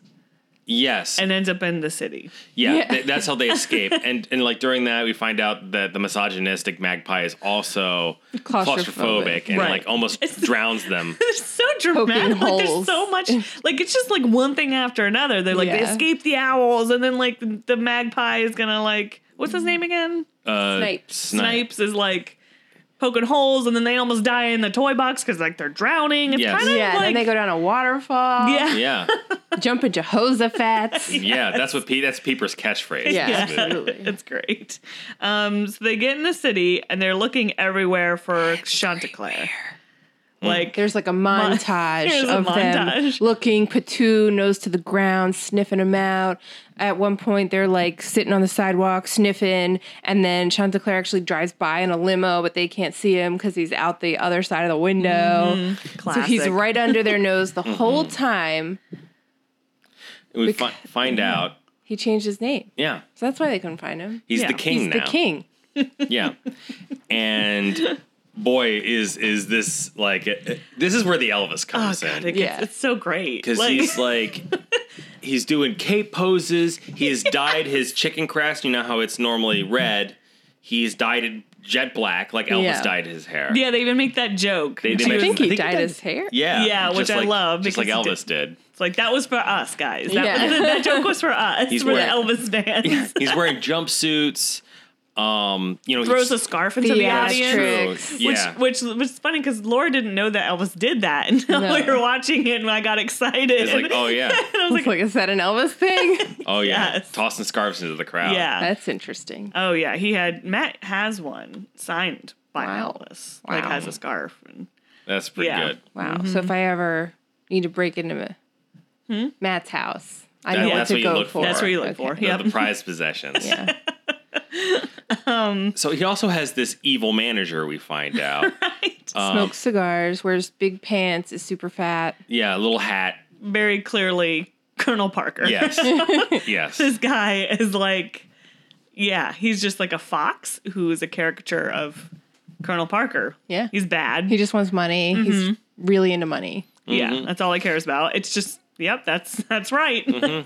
C: yes.
A: and ends up in the city.
C: yeah,
D: Yeah.
C: th- that's how they escape. and and like during that we find out that the misogynistic magpie is also claustrophobic,
D: Claustrophobic.
C: and
A: Right.
C: like almost drowns them.
A: It's so dramatic. Like there's
D: holes.
A: so much. Like it's just like one thing after another. They're like they
D: Yeah.
A: escape the owls, and then like the, the magpie is gonna like what's his name again?
C: Uh
D: Snipes.
C: Snipe.
A: Snipes is like poking holes, and then they almost die in the toy box because like they're drowning. It's
C: Yes.
A: kind of
D: Yeah,
A: like
D: then they go down a waterfall.
A: yeah,
C: Yeah.
D: *laughs* jump in
C: *laughs*
D: Jehoshaphat's.
C: Yeah, that's what Pe- that's Peeper's catchphrase. in
D: Yeah,
C: this movie. *laughs*
D: absolutely.
A: *laughs* it's great. Um, so they get in the city and they're looking everywhere for Chanticleer.
C: Mm.
A: Like
D: There's like a montage
A: There's a
D: of them
A: montage.
D: looking patoo, nose to the ground, sniffing him out. At one point, they're like sitting on the sidewalk sniffing, and then Chanticleer actually drives by in a limo, but they can't see him because he's out the other side of the window. So he's
A: Classic.
D: right under their nose the whole time.
C: And we fi- find out.
D: He changed his name,
C: Yeah.
D: so that's why they couldn't find him.
C: He's
A: Yeah.
C: the king
D: he's
C: now.
D: the king.
A: *laughs*
C: Yeah. And boy, is is this like uh, this is where the Elvis
A: oh
C: comes
A: god, it
C: in
A: gets,
D: Yeah.
A: it's so great.
C: because he's like
A: *laughs*
C: he's doing cape poses. He has dyed his chicken crest. You know how it's normally red. He's dyed it jet black, like Elvis
D: Yeah.
C: dyed his hair.
A: Yeah, they even make that joke.
C: They-
A: She
C: they
D: I
C: make-
A: was-
D: think he
C: think he
D: dyed
C: did.
D: his hair.
C: Yeah,
A: Yeah,
C: just
A: which I
C: like-
A: love
C: just like
A: because he
C: Elvis did.
A: it's like that was for us guys. That,
D: Yeah.
A: that joke was for
D: *laughs*
A: us.
C: He's
A: He's for the
C: wearing- *laughs*
A: Elvis fans.
C: He's wearing jumpsuits. Um, you know,
A: *laughs*
C: he
A: Throws a
C: just-
A: scarf into the
D: Theatrics.
A: audience.
D: tricks.
C: Yeah,
A: Which, which was funny because Laura didn't know that Elvis did that *laughs* until
D: No.
A: we were watching it and I got excited.
C: it's like, oh yeah,
A: and *laughs* I was
D: It's *laughs*
A: like,
D: like, is that an Elvis thing?
C: oh *laughs* yeah,
A: Yes.
C: tossing scarves into the crowd.
A: yeah.
D: That's interesting.
A: oh, yeah. He had, Matt has one signed by
D: Wow.
A: Elvis. Like,
D: Wow.
A: has a scarf. And, *laughs*
C: that's pretty
A: Yeah.
C: good.
D: Wow. So if I ever need to break into Ma- Matt's house, I
C: Hmm? That-
D: know what
C: that's
D: to
C: what you
D: go
C: look
D: for.
C: for. That's what
A: you look for.
C: The,
A: Yep.
C: the prized
A: *laughs*
C: possessions. *laughs*
D: Yeah.
C: So he also has this evil manager.
A: *laughs*
C: We find out. Um,
D: Smokes cigars, wears big pants, is super fat.
C: Yeah, a little hat.
A: very clearly, Colonel Parker.
C: Yes,
A: *laughs*
C: yes.
A: this guy is like, yeah, he's just like a fox who is a caricature of Colonel Parker.
D: Yeah.
A: He's bad.
D: He just wants money. He's
C: Mm-hmm.
D: really into money.
A: Yeah, that's all he cares about. It's just, yep, that's *laughs* that's right.
D: Oh,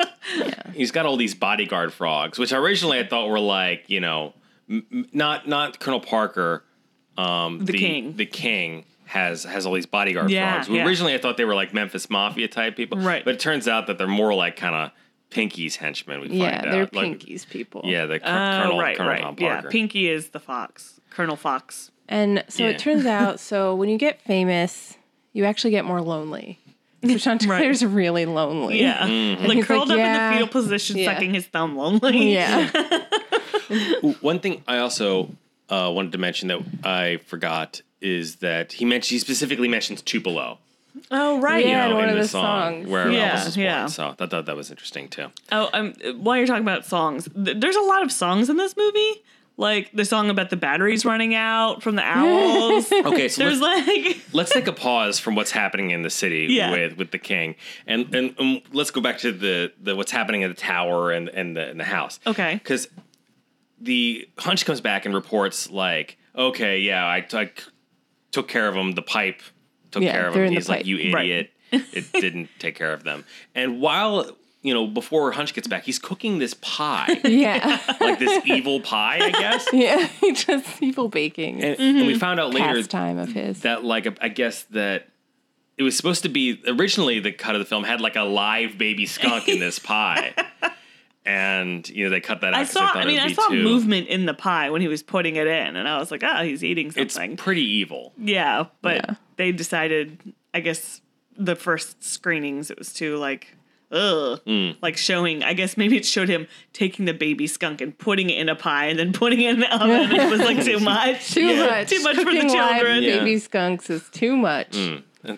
C: He's got all these bodyguard frogs, which originally I thought were like, you know, m- m- not not Colonel Parker, um, the,
A: king.
C: the king has has all these bodyguard
A: Yeah,
C: frogs. Well,
A: yeah.
C: Originally I thought they were like Memphis Mafia type people,
A: Right.
C: But it turns out that they're more like kind of Pinky's henchmen. We
D: Yeah,
C: find out,
D: they're
C: like,
D: Pinky's people.
C: yeah, the cur-
A: Oh,
C: Colonel
A: right,
C: Colonel
A: right.
C: Tom
A: yeah,
C: Parker.
A: Pinky is the fox. Colonel Fox.
D: And so
C: Yeah.
D: it
C: *laughs*
D: turns out, so when you get famous, you actually get more lonely.
C: *laughs*
D: So Chanticleer's really lonely.
A: Yeah, like
D: he's like,
A: curled up
D: yeah,
A: in the fetal position,
D: yeah.
A: sucking his thumb lonely.
D: Yeah.
C: *laughs* Ooh, One thing I also uh, wanted to mention that I forgot is that he mentioned he specifically mentions Tupelo.
A: *laughs* Oh right.
D: Yeah.
C: you know,
D: in one
C: in
D: of
C: the,
D: the
C: song
D: songs.
C: where
A: Yeah,
C: Elvis is
A: yeah.
C: born. So I thought that was interesting too.
A: Oh, um, while you're talking about songs, th- there's a lot of songs in this movie. Like the song about the batteries running out
D: *laughs*
A: from the owls.
C: Okay, so
A: there's
C: let's,
A: like
C: let's take a pause from what's happening in the city
A: Yeah.
C: with with the king, and, and and let's go back to the the what's happening in the tower and and the, and the house.
A: Okay.
C: because the hunch comes back and reports like, okay, yeah, I I took care of him. The pipe took
D: Yeah,
C: care of
D: they're
C: him.
D: in the
C: He's like,
D: pipe.
C: you
A: Right.
C: idiot!
D: *laughs*
C: it didn't take care of them. And while you know, before Hunch gets back, he's cooking this
D: *laughs*
C: pie,
D: Yeah.
C: like this evil pie, I guess.
D: yeah. *laughs* He just evil baking.
C: And, and we found out later
D: Mm-hmm. pastime of his.
C: that like I guess that it was supposed to be originally the cut of the film had like a live baby skunk in
A: *laughs*
C: this pie, and you know they cut that out.
A: I
C: 'cause they
A: saw.
C: thought
A: I
C: it
A: mean,
C: would
A: I
C: be
A: saw
C: too-
A: movement in the pie when he was putting it in, and I was like, oh, he's eating
C: It's
A: something.
C: pretty evil.
A: Yeah, but
D: Yeah.
A: they decided, I guess, the first screenings, it was too like, ugh,
C: Mm.
A: like showing. I guess maybe it showed him taking the baby skunk and putting it in a pie and then putting it in the oven. it was like
D: *laughs*
A: too much.
D: too
C: Yeah.
D: much.
A: Too much for the
D: Cooking live
A: children. Mm.
C: Yeah.
D: Baby skunks is too much.
A: Hmm.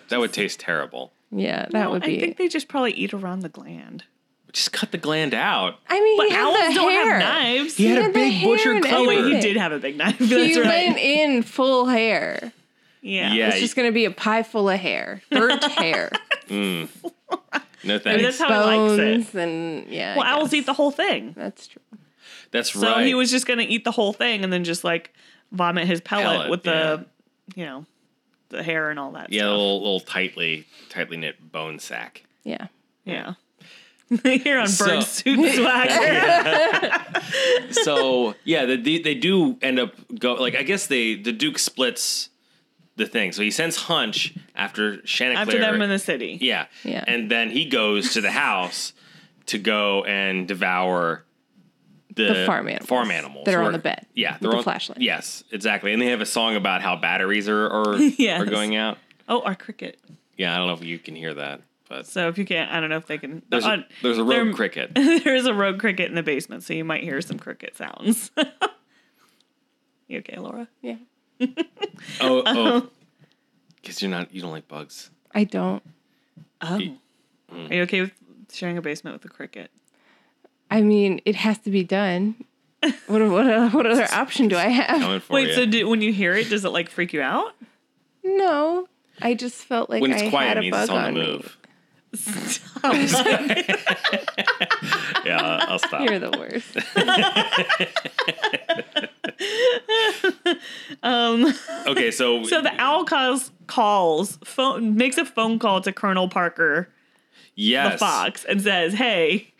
C: That would taste terrible.
D: Yeah, that would be.
A: I think they just probably eat around the gland.
C: Just cut the gland out.
D: I mean,
A: But
D: he has
A: owls
D: the
A: don't
D: hair.
A: have knives.
C: He had a
D: had the
C: big
D: hair
C: butcher
D: and
C: coat.
A: oh wait, he
D: everything.
A: did *laughs* have a big knife.
D: He
A: That's right.
D: went in full hair.
A: Yeah.
C: Yeah.
D: It's just going to be a pie full
A: *laughs*
D: of hair, burnt hair,
C: No
A: I mean,
C: thanks.
A: that's
C: That's,
A: how he likes it.
D: bones, and yeah. I
A: Well, owls
D: guess.
A: eat the whole thing.
D: That's true.
A: So
C: right.
A: he was just gonna eat the whole thing and then just like vomit his pellet,
C: Pellet,
A: with the, you know, the hair and all that.
C: yeah, a
A: stuff.
C: little, little tightly, tightly knit
A: *laughs*
C: bone sack.
D: Yeah.
A: yeah. *laughs* Here on
C: So-
A: bird suit
C: *laughs*
A: swagger.
C: so yeah, the, the, they do end up go like I guess they the Duke splits the thing. So he sends Hunch after Chanticleer.
A: After them in the city.
C: yeah,
D: Yeah.
C: and then he goes
D: *laughs*
C: to the house to go and devour the,
D: The farm animals
C: Farm animals
D: that are
C: who
D: on the bed
C: Yeah,
D: with
C: they're
D: the
C: on-
D: flashlight.
C: Yes, exactly. And they have a song about how batteries are
D: *laughs*
C: are,
A: Yes.
C: are going out.
A: Oh, our cricket.
C: Yeah, I don't know if you can hear that, but
A: So if you can't, I don't know if they can.
C: there's
A: on-
C: a, there's a rogue
A: there-
D: *laughs*
C: cricket.
A: *laughs* there is a rogue cricket in the basement, so you might hear some cricket sounds. *laughs* you okay, Laura?
D: Yeah.
C: Oh, oh, because you're not you don't like bugs.
D: I don't.
A: Oh.
C: Mm.
A: Are you okay with sharing a basement with a cricket?
D: I mean, it has to be done.
A: *laughs*
D: What, what, what other option do I have?
C: Coming for
A: Wait,
C: you.
A: so do, when you hear it, does it like freak you
C: *laughs*
A: out? *laughs*
D: No. I just felt like
C: when it's
D: I
C: quiet,
D: had
C: it
D: a
C: means
D: bug
C: it's on
D: on
C: the
D: me.
C: move. Yeah,
D: *laughs*
C: I'll stop.
D: *laughs* You're the worst.
A: *laughs*
C: Okay,
D: *laughs*
C: so,
A: So the owl calls, calls phone, makes a phone call to Colonel Parker,
C: yes,
A: the fox, and says, "Hey,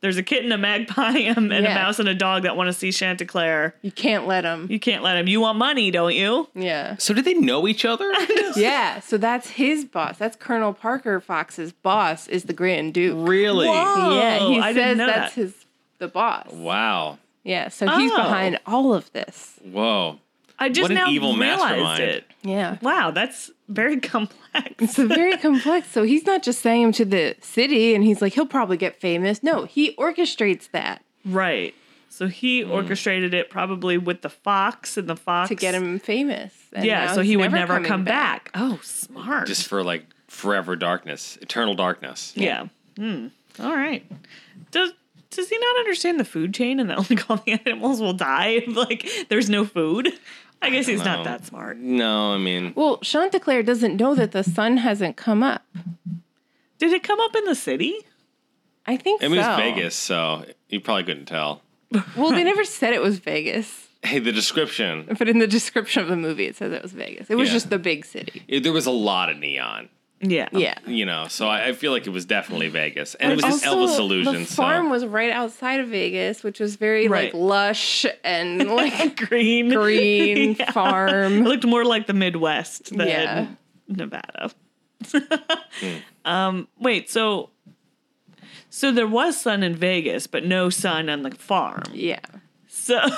A: There's a kitten, a magpie, *laughs* and a
D: Yeah.
A: mouse and a dog that want to see Chanticleer.
D: You can't let them.
A: You can't let him. You want money, don't you? *laughs*
D: Yeah.
C: So did they know each
D: *laughs*
C: other?
D: Yeah. So that's his boss. That's Colonel Parker Fox's boss is the Grand Duke.
C: really?
A: Whoa,
D: yeah, he
A: Oh, I
D: says
A: didn't know
D: that's
A: that.
D: his the boss.
C: Wow.
D: Yeah. So he's
A: Oh.
D: behind all of this.
C: Whoa.
A: I just
C: What an
A: now
C: evil
A: realized
C: mastermind.
A: it.
D: Yeah.
A: Wow, that's very *laughs* complex.
D: It's
A: *laughs*
D: a very complex. So he's not just saying him to the city and he's like, he'll probably get famous. No, he orchestrates that
A: right. So he orchestrated it probably with the fox and the fox
D: Hmm. to get him famous. And
A: Yeah,
D: now
A: so
D: he's
A: he would never
D: coming
A: come back. Oh, smart.
C: Just for like forever darkness, eternal darkness.
A: yeah. Hmm. All right. Does does he not understand the food chain and that *laughs* like all the animals will die *laughs* if like there's no food? I guess he's
C: know.
A: not that smart.
C: No, I mean,
D: Well, Chanticleer doesn't know that the sun hasn't come up.
A: Did it come up in the city?
D: I think
C: it was
D: so.
C: Vegas, so you probably couldn't tell.
A: *laughs*
D: Well, they never said it was Vegas,
C: Hey, the description.
D: but in the description of the movie, it says it was Vegas. It was
C: Yeah.
D: just the big city.
C: it- there was a lot of neon,
A: Yeah.
D: Yeah.
C: you know, so I, I feel like it was definitely Vegas. And it was just
D: Also,
C: Elvis illusion.
D: The farm
C: so.
D: was right outside of Vegas, which was very
A: Right.
D: like lush *laughs* and like
A: *laughs* Green.
D: *laughs* green
A: *laughs* Yeah. It
D: farm.
A: looked more like the Midwest than
D: Yeah.
A: Nevada. *laughs* Um wait, so so there was sun in Vegas, but no sun on the farm.
D: Yeah.
A: So *laughs*
C: I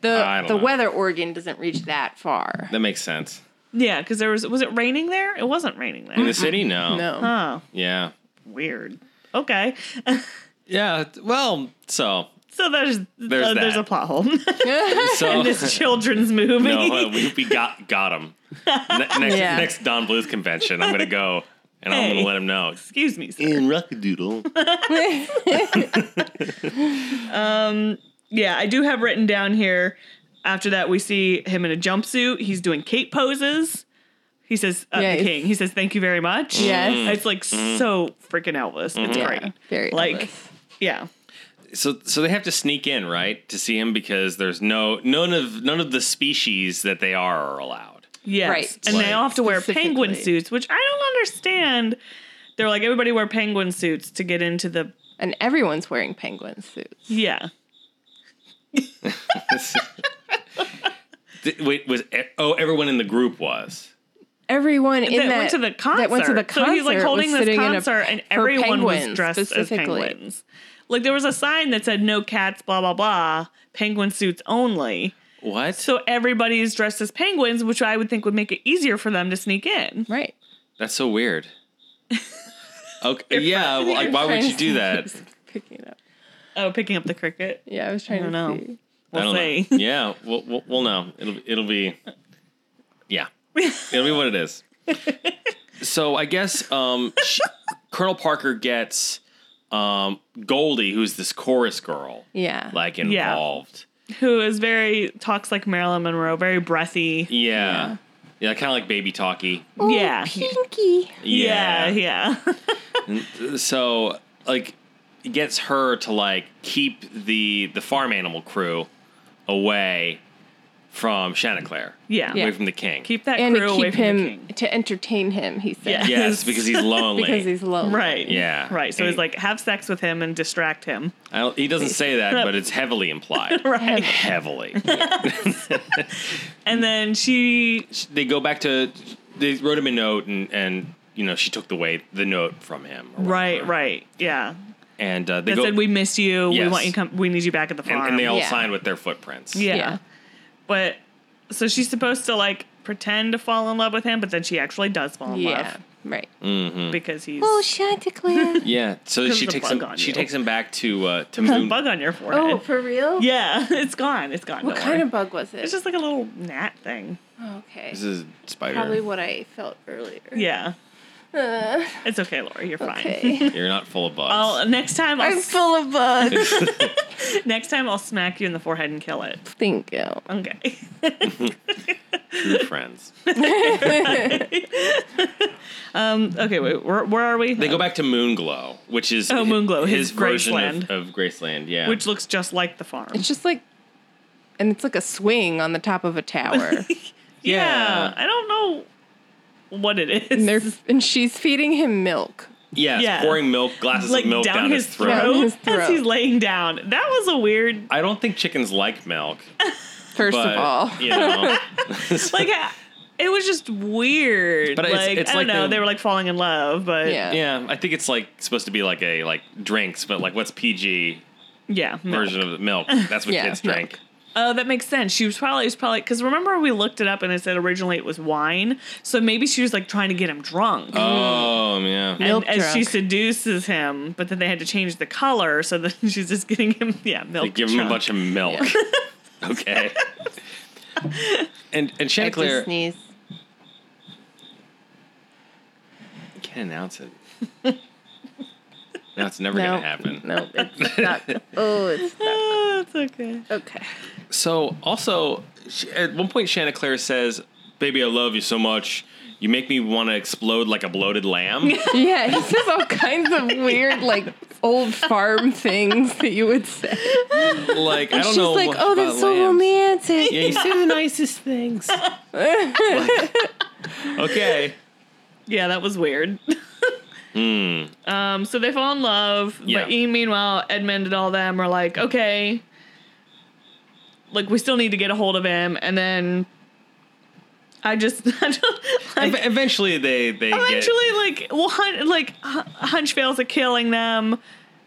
D: The
C: don't
D: the
C: know.
D: weather organ doesn't reach that far.
C: that makes sense.
A: yeah, because there was was it raining there? It wasn't raining
C: In
A: there.
C: the city? No.
D: No.
A: Oh,
C: Yeah.
A: weird. Okay,
C: Yeah. Well, so.
A: so there's
C: There's
A: uh, there's
C: that.
A: a plot hole *laughs* in
D: *laughs*
C: so *laughs*
A: this children's movie.
C: no, uh, we, we got got him. Ne- next,
D: *laughs* Yeah.
C: next Don Bluth convention, I'm going to go and I'm going
A: Hey.
C: to let him know.
A: *laughs* Excuse me. Sir.
C: In Rockadoodle.
A: Yeah, I do have written down here. After that, we see him in a jumpsuit. He's doing Kate poses. He says, uh,
D: Yes.
A: "The king." He says, "Thank you very much."
D: Yes. Mm.
A: it's like so freaking Elvis. It's
D: yeah.
A: great.
D: Very
A: Like-
D: Elvis.
A: Yeah,
C: so so they have to sneak in, right, to see him because there's no none of none of the species that they are are allowed. *laughs*
A: yes.
D: Right.
A: And they all have to wear penguin
D: Specifically.
A: suits, which I don't understand. They're like everybody wear penguin suits to get into the
D: and everyone's wearing penguin suits.
A: yeah.
C: Th- Wait, was e- oh everyone in the group was.
D: Everyone in
A: that,
D: that,
A: went to the concert.
D: That went to the concert.
A: So he's like
D: was
A: holding this
D: sitting in a-
A: concert, and
D: for
A: everyone was
D: penguins,
A: dressed as
D: specifically.
A: penguins. Like there was a sign that said "No cats," blah blah blah, penguin suits only.
C: What?
A: So everybody is dressed as penguins, which I would think would make it easier for them to sneak in.
D: Right.
C: That's so weird. Okay, yeah, well, like why would you
D: *laughs*
C: do that?
D: Picking it up.
A: Oh, picking up the cricket.
D: Yeah, I was trying
A: I don't
D: to
A: know.
C: I
D: see.
A: We'll
C: don't know.
A: see.
C: *laughs* Yeah, we'll, we'll, we'll know. It'll, it'll be, yeah, it'll be what it is. So I guess um, sh Colonel Parker gets um, Goldie, who's this chorus girl,
D: Yeah.
A: *laughs*
C: like
A: Yeah.
C: involved.
A: *laughs* Who is very talks like Marilyn Monroe, very breathy.
C: Yeah, yeah, kind of like baby talkie.
A: yeah.
D: Pinky.
A: yeah, yeah, *laughs*
C: So like, it gets her to like keep the the farm animal crew away from Chanticleer,
A: yeah,
D: Yeah.
C: away from the king.
A: Keep that
D: And
A: crew
D: to
A: away
D: keep
A: from the
D: him
A: king.
D: to entertain him, he
A: Yeah.
D: said. *laughs*
C: yes, because
A: *laughs*
C: he's lonely.
D: Because he's lonely.
A: Right.
C: Yeah.
A: Right. So he's
C: Hey.
A: like, have sex with him and distract
D: *laughs*
A: him.
C: I don't,
A: *laughs*
C: he doesn't say that, but it's heavily implied.
A: Right.
C: Heavily.
A: And then she
C: they go back to. They wrote him a note, and and you know she took the way the note from him. or
A: Right,
C: whatever.
A: right. Yeah.
C: And uh, they
A: That
C: go.
A: said we miss you. We
C: Yes.
A: want you come we need you back at the farm.
C: and, and they all
D: Yeah.
C: sign with their footprints.
A: yeah.
D: Yeah.
A: But so she's supposed to like pretend to fall in love with him, but then she actually does fall in
D: Yeah. Right.
A: love because he's
D: Oh,
A: *laughs*
D: Chanticleer.
C: Yeah. So
A: There's
C: she
A: a
C: takes
A: bug
C: him.
A: on
C: She
A: you.
C: takes him back to
A: *laughs*
C: uh, to
A: a
C: Moon.
A: bug on your forehead.
D: oh, for real?
A: yeah, *laughs* it's gone. It's gone.
D: What
A: Don't
D: kind
A: worry.
D: of bug was it?
A: It's just like a little gnat thing.
D: oh, okay.
C: This is spider.
D: Probably what I felt earlier.
A: Yeah.
D: Uh,
A: It's okay, Laura. You're fine. *laughs*
D: okay.
C: You're not full of bugs.
A: I'll, next time I'll
D: I'm full of bugs.
A: next time I'll smack you in the forehead and kill it.
D: *laughs* Thank you.
A: Okay. *laughs*
C: True friends.
A: okay, wait. Where, where are we?
C: They go back to Moonglow, which is
A: Oh,
C: hi-
A: Moonglow, his
C: version
A: Graceland.
C: Of, of Graceland. Yeah.
A: Which looks just like the farm.
D: It's just like, and it's like a swing on the top of
A: *laughs*
D: a tower.
A: Yeah, I don't know what it is.
D: and, they're, and she's feeding him milk.
C: Yes,
A: Yeah.
C: pouring milk, glasses
A: *laughs* like
C: of milk
A: down, his, throat
D: Down his
A: as
D: throat.
A: he's laying down. That was a weird.
C: I don't think chickens like milk.
D: First
C: but,
D: of all,
C: you
A: *laughs*
C: know, *laughs*
A: Like I- it was just weird.
C: But it's-
A: like
C: it's
A: I don't
C: like
A: know,
C: the-
A: they were like falling in love, but yeah,
D: Yeah.
C: yeah, I think it's like supposed to be like a like drinks, but like what's PG
A: no.
C: version of milk? That's what
D: Yeah,
C: kids drink.
D: milk.
A: Oh, that makes sense. She was probably, it was probably, because remember we looked it up and it said originally it was wine. So maybe she was like trying to get him drunk.
C: Oh yeah,
A: and
D: Milk
A: as she
D: drunk.
A: seduces him, but then they had to change the color. So then *laughs* she's just getting him, yeah, milk.
C: They give him a
A: drunk.
C: bunch of milk. *laughs* okay. and and
D: I have to
C: Chanticleer
D: sneeze.
C: can announce
D: *laughs*
C: it. That's never
D: No,
C: gonna
D: *laughs*
C: happen.
D: no,
C: *laughs*
D: it's not. Oh, it's
A: Ah, it's okay.
D: okay.
C: So also, she, at one point, Chanticleer says, "Baby, I love you so much. You make me want to explode like a bloated lamb."
D: *laughs* Yeah, he says all kinds of weird, like old farm *laughs* things that you would say.
C: like I don't
D: She's
C: know.
D: like,
C: wh-
D: "Oh,
C: about
D: that's so
C: lambs."
D: romantic."
C: Yeah, you say the nicest
D: *laughs*
C: things. *laughs* Like, okay.
A: Yeah, that was weird. *laughs* Um, so they fall in love,
C: Hmm. Yeah.
A: but e- meanwhile, Edmund and all them are like, okay, like we still need to get a hold of him, and then I just, *laughs* I don't, like,
C: Ev- eventually, they they
A: eventually, like, well, hun- like Hun- Hunch fails at killing them.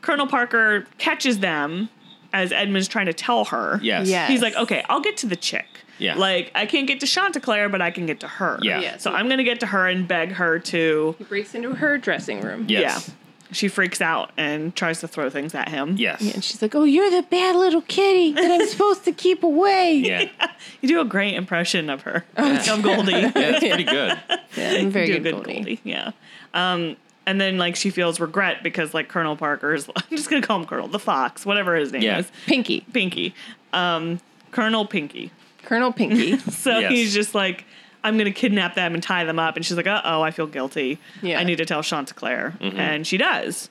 A: Colonel Parker catches them as Edmund's trying to tell her.
C: Get, yes.
D: Yeah.
A: He's like, okay, I'll get to the chick.
C: Yeah.
A: Like, I can't get to Chanticleer, but I can get to her.
C: Yeah.
D: Yes.
A: So I'm going to get to her and beg her to
D: He breaks into her dressing room.
C: Yes.
A: yeah. She freaks out and tries to throw things at him.
C: Yes.
D: Yeah, and she's like, "Oh, you're the bad little kitty that I'm supposed to keep away."
C: *laughs* Yeah.
D: *laughs*
A: You do a great impression of her. Of Goldie.
C: Yeah, that's pretty good.
D: Yeah, I'm Oh, *laughs* very
A: You do a
D: good, Goldie.
A: Yeah. Um, and then like she feels regret because like Colonel Parker is *laughs* I'm just gonna call him Colonel, the Fox, whatever his name
C: Yeah.
A: is.
D: Pinky,
A: Pinky. Um, Colonel Pinky.
D: Colonel *laughs* Pinky.
A: So
C: Yes.
A: he's just like, I'm going to kidnap them and tie them up. And she's like, uh oh, I feel guilty.
D: Yeah.
A: I need to tell Chanticleer.
C: Mm-hmm.
A: And she does.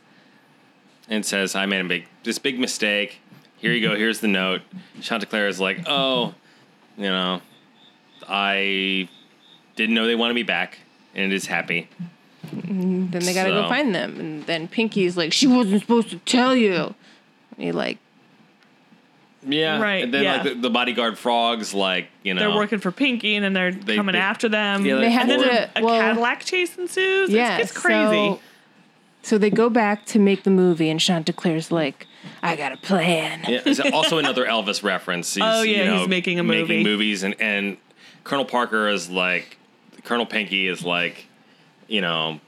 C: and says, "I made a big this big mistake. Here you go. Here's the note." Chanticleer is like, "Oh, you know, I didn't know they wanted me back, and it is happy."
D: then they gotta
C: So-
D: go find them, and then Pinky's like, "She wasn't supposed to tell you." And he like,
C: Yeah,
A: Right,
C: And then
A: yeah.
C: like the, the bodyguard frogs, like you know,
A: They're working for Pinky and then they're coming
C: they-
A: after them.
C: Yeah,
D: they
C: Like,
D: had
A: and then
D: to.
A: a, a
D: well,
A: Cadillac chase ensues.
D: yeah,
A: it's, it's crazy.
D: So, so they go back to make the movie, and Chanticleer's like, "I got a plan."
C: *laughs* Yeah, it's also another Elvis reference. He's,
A: Oh, yeah,
C: you know,
A: he's making a movie.
C: making movies, and and Colonel Parker is like, Colonel Pinky is like, you know,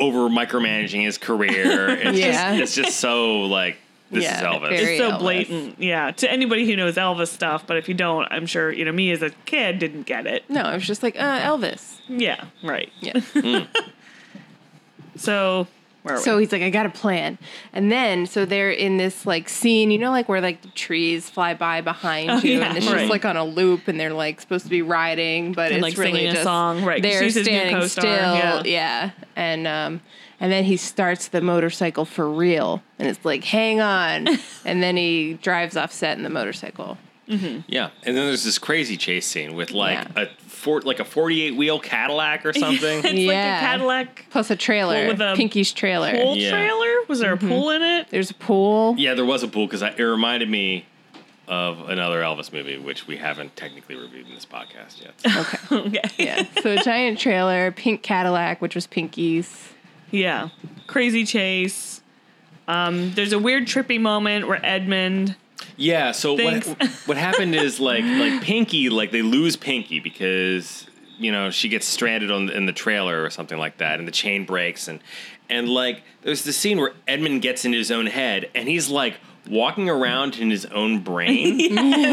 C: over micromanaging his career. It's
D: Yeah.
C: just, it's just so like this is
D: Yeah,
C: Elvis.
D: very-
A: it's so
D: Elvis.
A: blatant. Yeah. To anybody who knows Elvis stuff, but if you don't, I'm sure, you know, me as a kid didn't get it.
D: No, it was just like uh, Elvis.
A: Yeah. Right.
D: Yeah.
A: *laughs* So, where are we?
D: So he's like, I got a plan. And then, so they're in this like scene, you know, like where like the trees fly by behind
A: Oh,
D: you,
A: yeah,
D: and it's
A: right.
D: just like on a loop, and they're like supposed to be riding, but
A: And,
D: it's
A: like,
D: really
A: singing a
D: just,
A: song, right, 'cause
D: They're
A: she's his new
D: standing
A: co-star,
D: still,
A: yeah.
D: yeah. And um, and then he starts the motorcycle for real, and it's like, hang on,
A: *laughs*
D: and then he drives off set in the motorcycle.
C: Yeah, and then there's this crazy chase scene with like a four, like a 48 wheel Cadillac or something.
A: it's like a
D: Yeah.
A: Cadillac
D: Plus a trailer,
A: with a
D: Pinky's trailer.
A: pool
C: Yeah.
A: trailer. Was there a
D: Mm-hmm.
A: pool in
D: *laughs*
A: it?
D: There's a pool.
C: yeah, there was a pool because it reminded me of another Elvis movie, which we haven't technically reviewed in this podcast yet.
A: okay.
D: Yeah. So a giant trailer, pink Cadillac, which was Pinky's.
A: Yeah. Crazy chase. Um, there's a weird trippy moment where Edmund
C: Yeah. So what,
A: Thanks.
C: what happened is like like Pinky like they lose Pinky because you know she gets stranded on in the trailer or something like that, and the chain breaks and and like there's the scene where Edmund gets into his own head and he's like walking around in his own
A: *laughs*
C: brain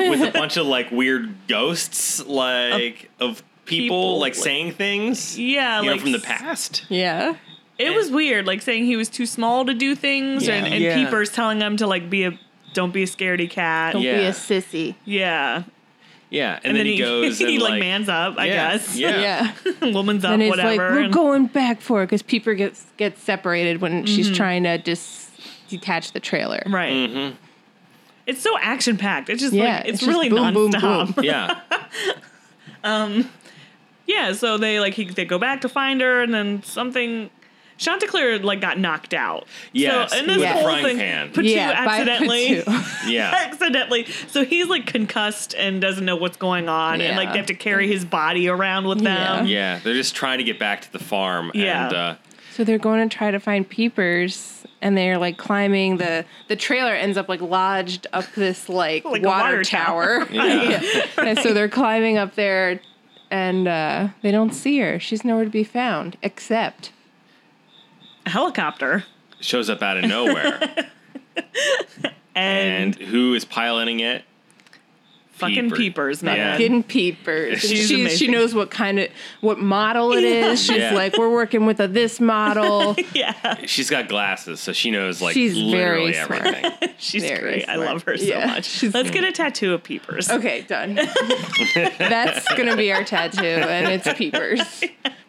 C: with a bunch of like weird ghosts like of people,
A: people,
C: like
A: like-
C: saying things
A: Yeah,
C: you know,
A: like
C: from the
A: s-
C: past
D: Yeah.
A: it was weird, like saying he was too small to do things and,
D: Yeah.
A: and
C: Yeah.
A: peepers telling him to like be a don't be a scaredy cat.
D: Don't
A: Yeah.
C: Yeah.
D: be a sissy.
A: And,
C: yeah and, then, he, goes
A: he *laughs*
C: and
A: like, mans up, I
C: yeah,
A: guess.
C: yeah.
A: *laughs* Woman's up,
D: And it's like
A: whatever.
D: we're
A: and-
D: going back for it because Peeper gets gets separated when she's trying to dis- detach the trailer.
A: Mm-hmm. right.
C: Mm-hmm.
A: It's so action packed. It's just
D: Yeah,
A: like it's,
D: it's just
A: really
D: boom, boom,
A: nonstop. *laughs*
D: boom.
C: yeah
A: Yeah, so they like he, they go back to find her, and then something. Chanticleer like got knocked out.
C: Yes,
A: so, and this
D: with a
A: whole
C: frying
A: thing,
C: pan.
A: Patu
D: by
A: accidentally. *laughs*
D: Patu.
C: Yeah.
A: accidentally. So he's like concussed and doesn't know what's going on, and like
D: Yeah.
A: they have to carry his body around with them.
C: Yeah. They're just trying to get back to the farm.
A: Yeah.
C: And, uh,
D: so they're going to try to find peepers, and they're like climbing the the trailer ends up like lodged up this like,
A: Like a
D: water,
A: water
D: tower.
A: *laughs*
C: yeah.
D: *laughs* and so they're climbing up there, and uh, they don't see her. She's nowhere to be found except
A: A helicopter,
C: *laughs*
A: *laughs*
C: Shows up out of nowhere.
A: and,
C: and who is piloting it?
A: fucking
C: Peeper.
A: peepers, man.
D: Hidden peepers.
A: She's
D: She's she
A: amazing.
D: knows what kind of what model it is. She's
C: Yeah.
D: like, we're working with a
A: *laughs*
D: this model.
A: Yeah,
C: She's got glasses, so she knows like
D: She's
C: literally
D: very smart.
C: everything.
A: she's
D: Very
A: great. I
D: smart.
A: love her so
D: Yeah,
A: much.
D: she's-
A: Let's get a tattoo of peepers.
D: okay, done. That's gonna be our tattoo, and it's peepers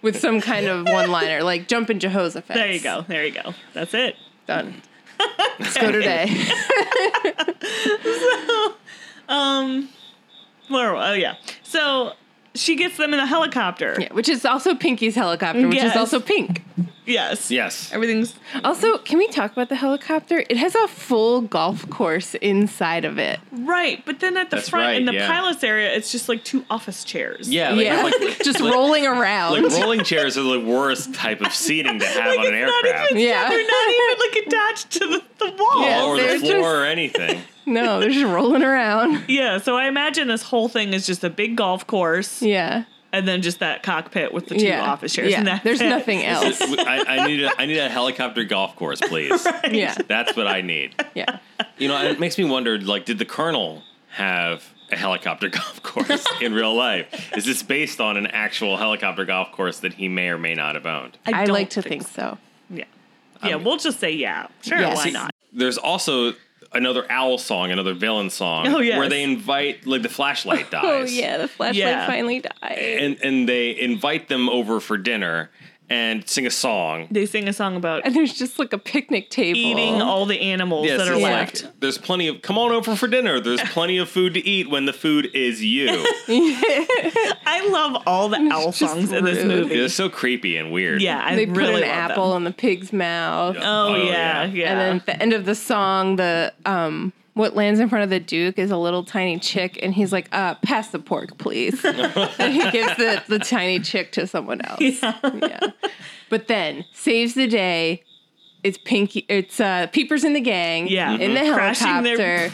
D: with some kind of one liner, like jumping Jehoshaphat.
A: There you go. There you go. That's it. *laughs*
D: Done. Let's go today.
A: Where? Oh yeah. So she gets them in the helicopter.
D: Yeah, which is also Pinky's helicopter, which
A: Yes.
D: is also pink.
A: Yes. *laughs*
C: Yes.
A: Everything's
D: Also, can we talk about the helicopter? It has a full golf course inside of it.
A: right, but then at the
C: That's
A: front in
C: right,
A: the
C: yeah.
A: pilot's area, it's just like two office chairs.
C: Yeah. Like,
D: yeah,
C: like,
D: *laughs* just
C: like-
D: rolling around.
C: Like rolling chairs are the worst type of seating to have
A: Like
C: on an
A: it's not
C: aircraft.
A: even.
D: Yeah.
A: Yeah. They're not even
D: *laughs*
A: like attached to the, the wall.
D: Yeah.
C: or
D: They're
C: the
D: just-
C: floor or anything.
D: no, they're just rolling around.
A: Yeah, so I imagine this whole thing is just a big golf course
D: Yeah.
A: and then just that cockpit with the two
D: yeah.
A: office chairs.
D: Yeah.
A: And that's
D: There's
A: it. *laughs*
D: nothing else.
C: I, I need a, I need a helicopter golf course, please.
D: yeah.
C: That's what I need.
D: Yeah.
C: You know, and it makes me wonder. Like, did the colonel have a helicopter *laughs* golf course in real life? Is this based on an actual helicopter golf course that he may or may not have owned?
D: I,
A: don't
D: like to think so.
A: Yeah.
C: Um,
A: Yeah, we'll just say yeah. Sure,
D: Yes.
A: why not?
C: There's also another owl song, another villain song,
A: Oh, yes. Oh,
C: where they invite like
A: *laughs*
C: the flashlight dies.
D: Oh, the flashlight
A: Yeah.
D: finally died.
C: and and they invite them over for dinner and sing a song.
A: They sing a song about
D: And there's just like a picnic table.
A: eating all the animals that are
C: it's
A: left.
C: like, there's plenty of come on over for dinner. There's plenty of food to eat when the food
A: *laughs*
C: is you.
A: I love all the owl
D: just
A: songs in this
D: rude.
A: movie.
C: it's so creepy and weird.
A: Yeah, I
D: they
A: really
D: put an
A: love
D: apple
A: Them.
D: in the pig's mouth.
A: Oh, yeah, yeah. *laughs*
D: And then at the end of the song, the um what lands in front of the Duke is a little tiny chick, and he's like, uh, pass the pork,
A: *laughs*
D: please. and he gives the, the tiny chick to someone else. *laughs* yeah. But then saves the day. It's Pinky. It's uh, Peepers in the gang.
A: Yeah. Mm-hmm.
D: in the
A: Crashing
D: helicopter,
A: their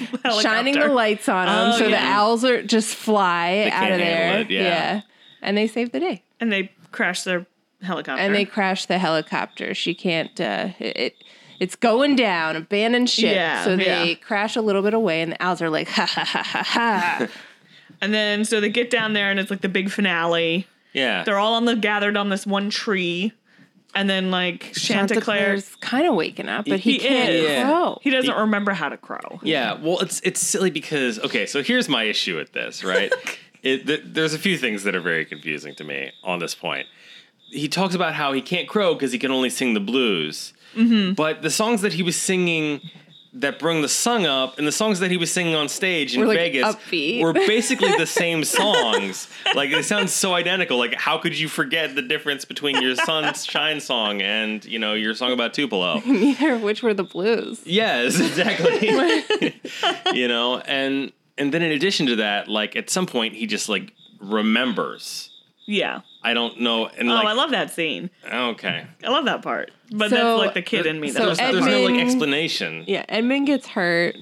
A: *laughs*
D: shining
A: helicopter.
D: the lights on them,
A: Oh,
D: so the
A: yeah.
D: owls are just fly out
C: can't
D: of there.
C: handle it, yeah.
D: and they save the day.
A: and they crash their helicopter.
D: And they crash the helicopter. She can't. Uh, it, it it's going down. Abandoned ship.
A: Yeah,
D: so they
A: yeah.
D: crash a little bit away, and the owls are like, ha ha ha
A: *laughs*
D: ha ha.
A: and then so they get down there and it's like the big finale.
C: yeah.
A: They're all on the gathered on this one tree. And then like Chanticleer
D: Chanticleer's kind of waking up, but he,
A: He
D: can't
A: is.
C: Yeah.
D: crow.
A: He doesn't remember how to crow.
C: Yeah, well, it's it's silly because okay, so here's my issue with this,
D: *laughs*
C: right? it, th- there's a few things that are very confusing to me on this point. He talks about how he can't crow because he can only sing the blues,
D: Mm-hmm.
C: but the songs that he was singing that bring the sung up and the songs that he was singing on stage in
D: Were, like,
C: Vegas
D: upbeat.
C: were basically
D: *laughs*
C: the same songs. Like they sound so identical. Like how could you forget the difference between
D: *laughs*
C: your sunshine song and you know your song about Tupelo?
D: *laughs* Neither of which were the blues.
A: *laughs*
C: Yes, exactly. you know, and and then in addition to that, like at some point he just like remembers.
A: Yeah.
C: I don't know. And
A: Oh,
C: like,
A: I love that scene.
C: okay,
A: I love that part. But
D: So-
A: that's like "Oh, the kid in me. That
D: so
A: was
C: there's, there's no like
D: Edmund-
C: explanation.
D: Yeah, Edmund gets hurt.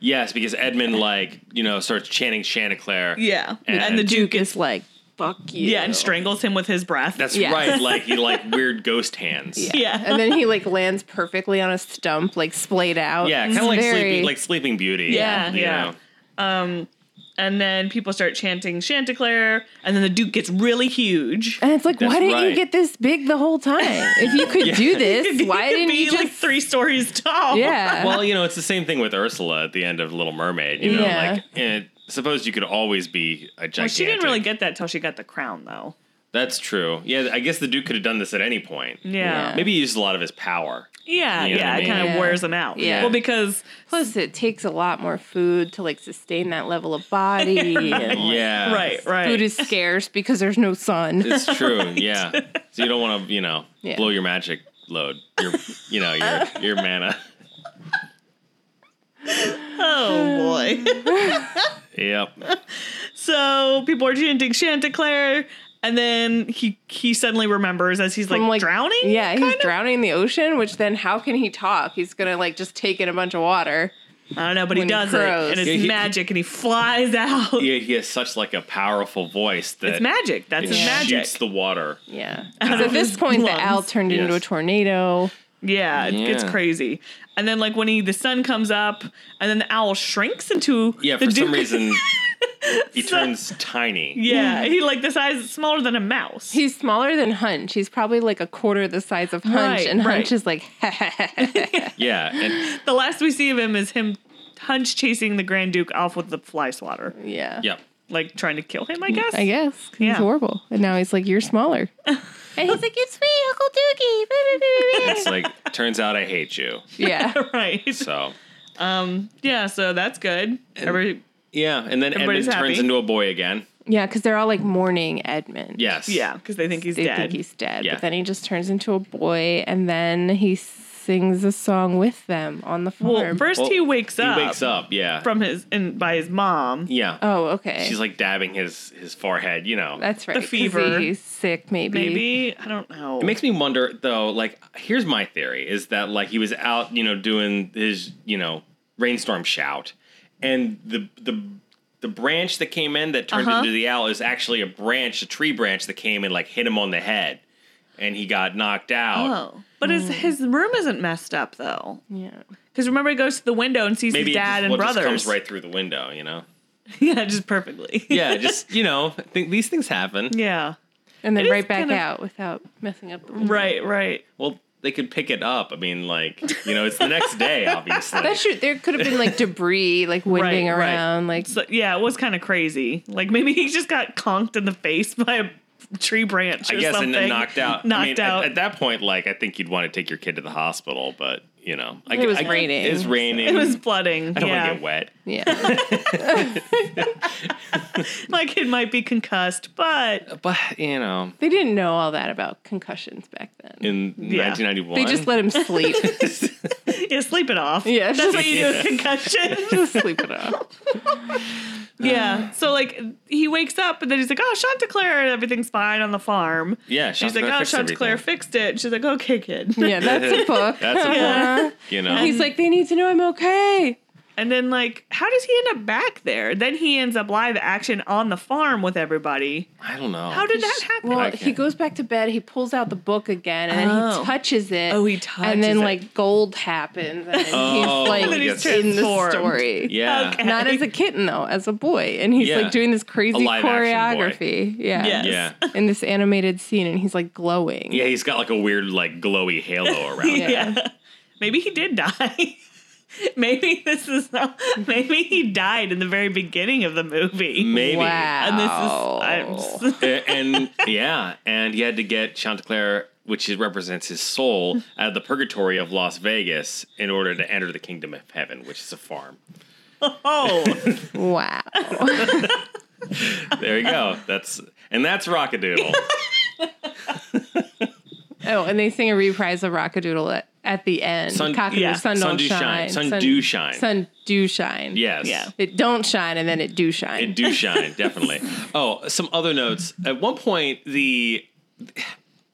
C: Yes, because Edmund like you know starts chanting Chanticleer.
A: yeah.
C: And-
A: And, the Duke.
D: Duke is like, fuck you.
A: Yeah, and strangles him with his breath.
C: That's
A: *laughs*
D: Yeah.
C: right. Like he like weird ghost hands. Yeah,
A: yeah.
D: and then he like lands perfectly on a stump, like splayed out.
C: kind of
D: It's
C: like
D: very-
C: sleeping like Sleeping Beauty.
A: Yeah,
C: you
A: yeah.
C: know.
A: and then people start chanting Chanticleer. And then the Duke gets really huge.
D: And it's like,
C: That's
D: why didn't
C: right.
D: you get this big the whole time? If
A: *laughs*
D: you could
C: *laughs*
D: do this, why
A: He could
D: didn't
A: be
D: you just?
A: like three stories tall? *laughs*
D: yeah.
C: Well, you know, it's the same thing with Ursula at the end of Little Mermaid. You know,
D: Yeah.
C: like it, suppose you could always be a gigantic.
A: Well, she didn't really get that till she got the crown, though.
C: That's true. Yeah, I guess the Duke could have done this at any point.
A: Yeah.
D: Yeah.
C: Maybe he used a lot of his power.
A: Yeah. Yeah.
C: You know what I
A: it
C: mean?
A: kind of
D: Yeah.
A: wears him out.
D: Yeah.
A: Well, because
D: Plus, it takes a lot more food to like sustain that level of *laughs* body. and, like,
C: Yeah.
A: right, right.
D: Food is scarce because there's no sun.
A: *laughs*
C: It's true. Yeah. So you don't want to, you know,
D: Yeah.
C: blow your magic load. Your you
A: *laughs*
C: know your your mana.
A: Oh boy. *laughs*
C: Yep.
A: so people are chanting Chanticleer, and then he he suddenly remembers as he's like,
D: *laughs* I'm
A: drowning.
D: Yeah, he's
A: kind of?
D: drowning in the ocean, which then how can he talk? He's gonna like just take in a bunch of water.
A: I don't know, but he
D: when he
A: does it,
D: crows.
A: and it's
C: Yeah, he-
A: magic, and he flies *laughs* out.
C: He, he has such like a powerful voice that
A: It's magic. That's
C: it
A: his
D: Yeah.
A: magic.
C: shoots the water.
D: Yeah.
A: Out
D: Because
A: of
D: at this
A: his
D: point
A: lungs.
D: the owl turned into
C: Yes.
D: a tornado.
A: yeah, it gets
C: Yeah.
A: crazy. And then like when he the sun comes up, and then the owl shrinks into
C: Yeah,
A: the
C: for some
A: duke- *laughs*
C: reason he turns tiny.
A: Yeah, he like the size smaller than a mouse.
D: He's smaller than Hunch. He's probably like a quarter the size of Hunch,
A: Right,
D: and
A: right.
D: Hunch is like *laughs*
C: Yeah, and
A: the last we see of him is him hunch chasing the Grand Duke off with the fly swatter,
D: Yeah.
C: yep.
A: like trying to kill him. I guess.
D: I guess. 'cause
A: Yeah.
D: He's horrible. And now he's like, You're smaller. *laughs* and he's like, It's me, Uncle Dookie. *laughs*
C: It's like turns out I hate you.
D: yeah.
A: *laughs* Right.
C: So
A: Um. Yeah. So that's good. Every,
C: yeah, and then
A: Everybody's
C: Edmund turns
A: happy.
C: into a boy again.
D: Yeah, because they're all like mourning Edmund.
C: Yes.
A: yeah, because they think he's
D: They
A: dead.
D: think he's dead.
C: Yeah.
D: But then he just turns into a boy and then he sings a song with them on the farm.
A: well, first
C: Well,
A: he wakes
C: He
A: up.
C: wakes up. Yeah.
A: from his and by his mom.
C: yeah.
D: oh, okay.
C: She's like dabbing his his forehead. You know.
D: That's right. 'cause
A: fever.
D: He's sick, maybe.
A: Maybe I don't know.
C: It makes me wonder though, like here's my theory is that like he was out, you know, doing his, you know, rainstorm shout and the the the branch that came in that turned
A: Uh-huh.
C: into the owl is actually a branch, a tree branch that came and like hit him on the head and he got knocked out.
A: oh, but his his room isn't messed up though.
D: Yeah.
A: Because remember, he goes to the window and sees
C: Maybe
A: his
C: it
A: dad
C: just,
A: and
C: well, it
A: brothers.
C: just comes right through the window, you know.
A: *laughs* yeah, just perfectly.
C: Yeah, just you know, I think these things happen.
A: *laughs* yeah. It
D: And then
A: is
D: right back
A: kind of-
D: out without messing up the
A: Right. Right.
C: Well, they could pick it up. I mean, like, you know, it's the next day,
A: *laughs*
C: obviously.
D: That should there could have been like debris like winding
A: Right, right.
D: around like
A: So yeah, it was kind of crazy. Like maybe he just got conked in the face *laughs* by a tree branch. Or
C: I guess,
A: something.
C: and then knocked out.
A: Knocked
C: I mean, at-
A: out.
C: At, that point, like, I think you'd want to take your kid to the hospital, but you know, I,
D: It
C: gu-
D: was
C: I gu-
D: raining,
C: It's
D: so-
C: raining.
A: it was flooding.
C: *laughs* I don't
A: yeah.
C: want to get wet.
D: yeah
A: My kid might be concussed, but
C: But you know,
D: they didn't know all that about concussions back then
C: in
A: Yeah.
C: 1991,
D: they just let him sleep
A: yeah, sleep it off.
D: Yeah,
A: That's
D: just-
A: what
C: *laughs*
A: you do with concussions.
D: just sleep it off
A: Yeah. So like he wakes up and then he's like, "Oh, Chanticleer, and everything's fine on the farm."
C: yeah.
A: She's like, "Oh, Chanticleer fixed it." She's like, "Okay, kid."
D: *laughs* yeah that's a book *laughs*
C: That's a book.
D: Uh-huh.
C: You know,
D: he's like they need to know I'm okay
A: And then like, how does he end up back there? Then he ends up live action on the farm with everybody.
C: I don't know.
A: How did that happen?
D: Well,
C: Okay.
D: he goes back to bed. He pulls out the book again, and then
A: Oh.
D: he touches it.
A: Oh, he
D: and
A: touches
D: then
A: it.
D: like gold happens, and
C: Oh,
D: he's like
C: And then he's
D: in the
A: transformed.
D: story.
C: Yeah.
A: Okay.
D: Not as a kitten though, as a boy, and he's
C: Yeah.
D: like doing this
C: A
D: crazy
C: live action boy.
D: choreography. Yeah,
A: Yes.
C: Yeah.
D: in this animated scene, and he's like glowing.
C: Yeah, he's got like a weird, like glowy
D: *laughs*
C: halo around. him.
A: yeah. Maybe he did die. *laughs* maybe this is not, maybe he died in the very beginning of the movie.
C: Maybe.
A: And this
D: Wow.
A: is I'm,
C: A- and yeah, and he had to get Chanticleer, which is, represents his soul, out of the purgatory of Las Vegas in order to enter the kingdom of heaven, which is a farm.
A: *laughs* oh
D: wow.
C: There you go. That's and that's Rockadoodle.
D: oh, and they sing a reprise of Rockadoodle at, at the end.
C: Sun-
D: Cockadoo,
A: yeah.
D: sun don't
C: Sun do shine.
D: shine.
C: Sun do shine.
D: Sun do shine.
C: Yes.
A: Yeah.
D: It don't shine, and then it do shine.
C: It do shine, definitely. Oh, some other notes. At one point, the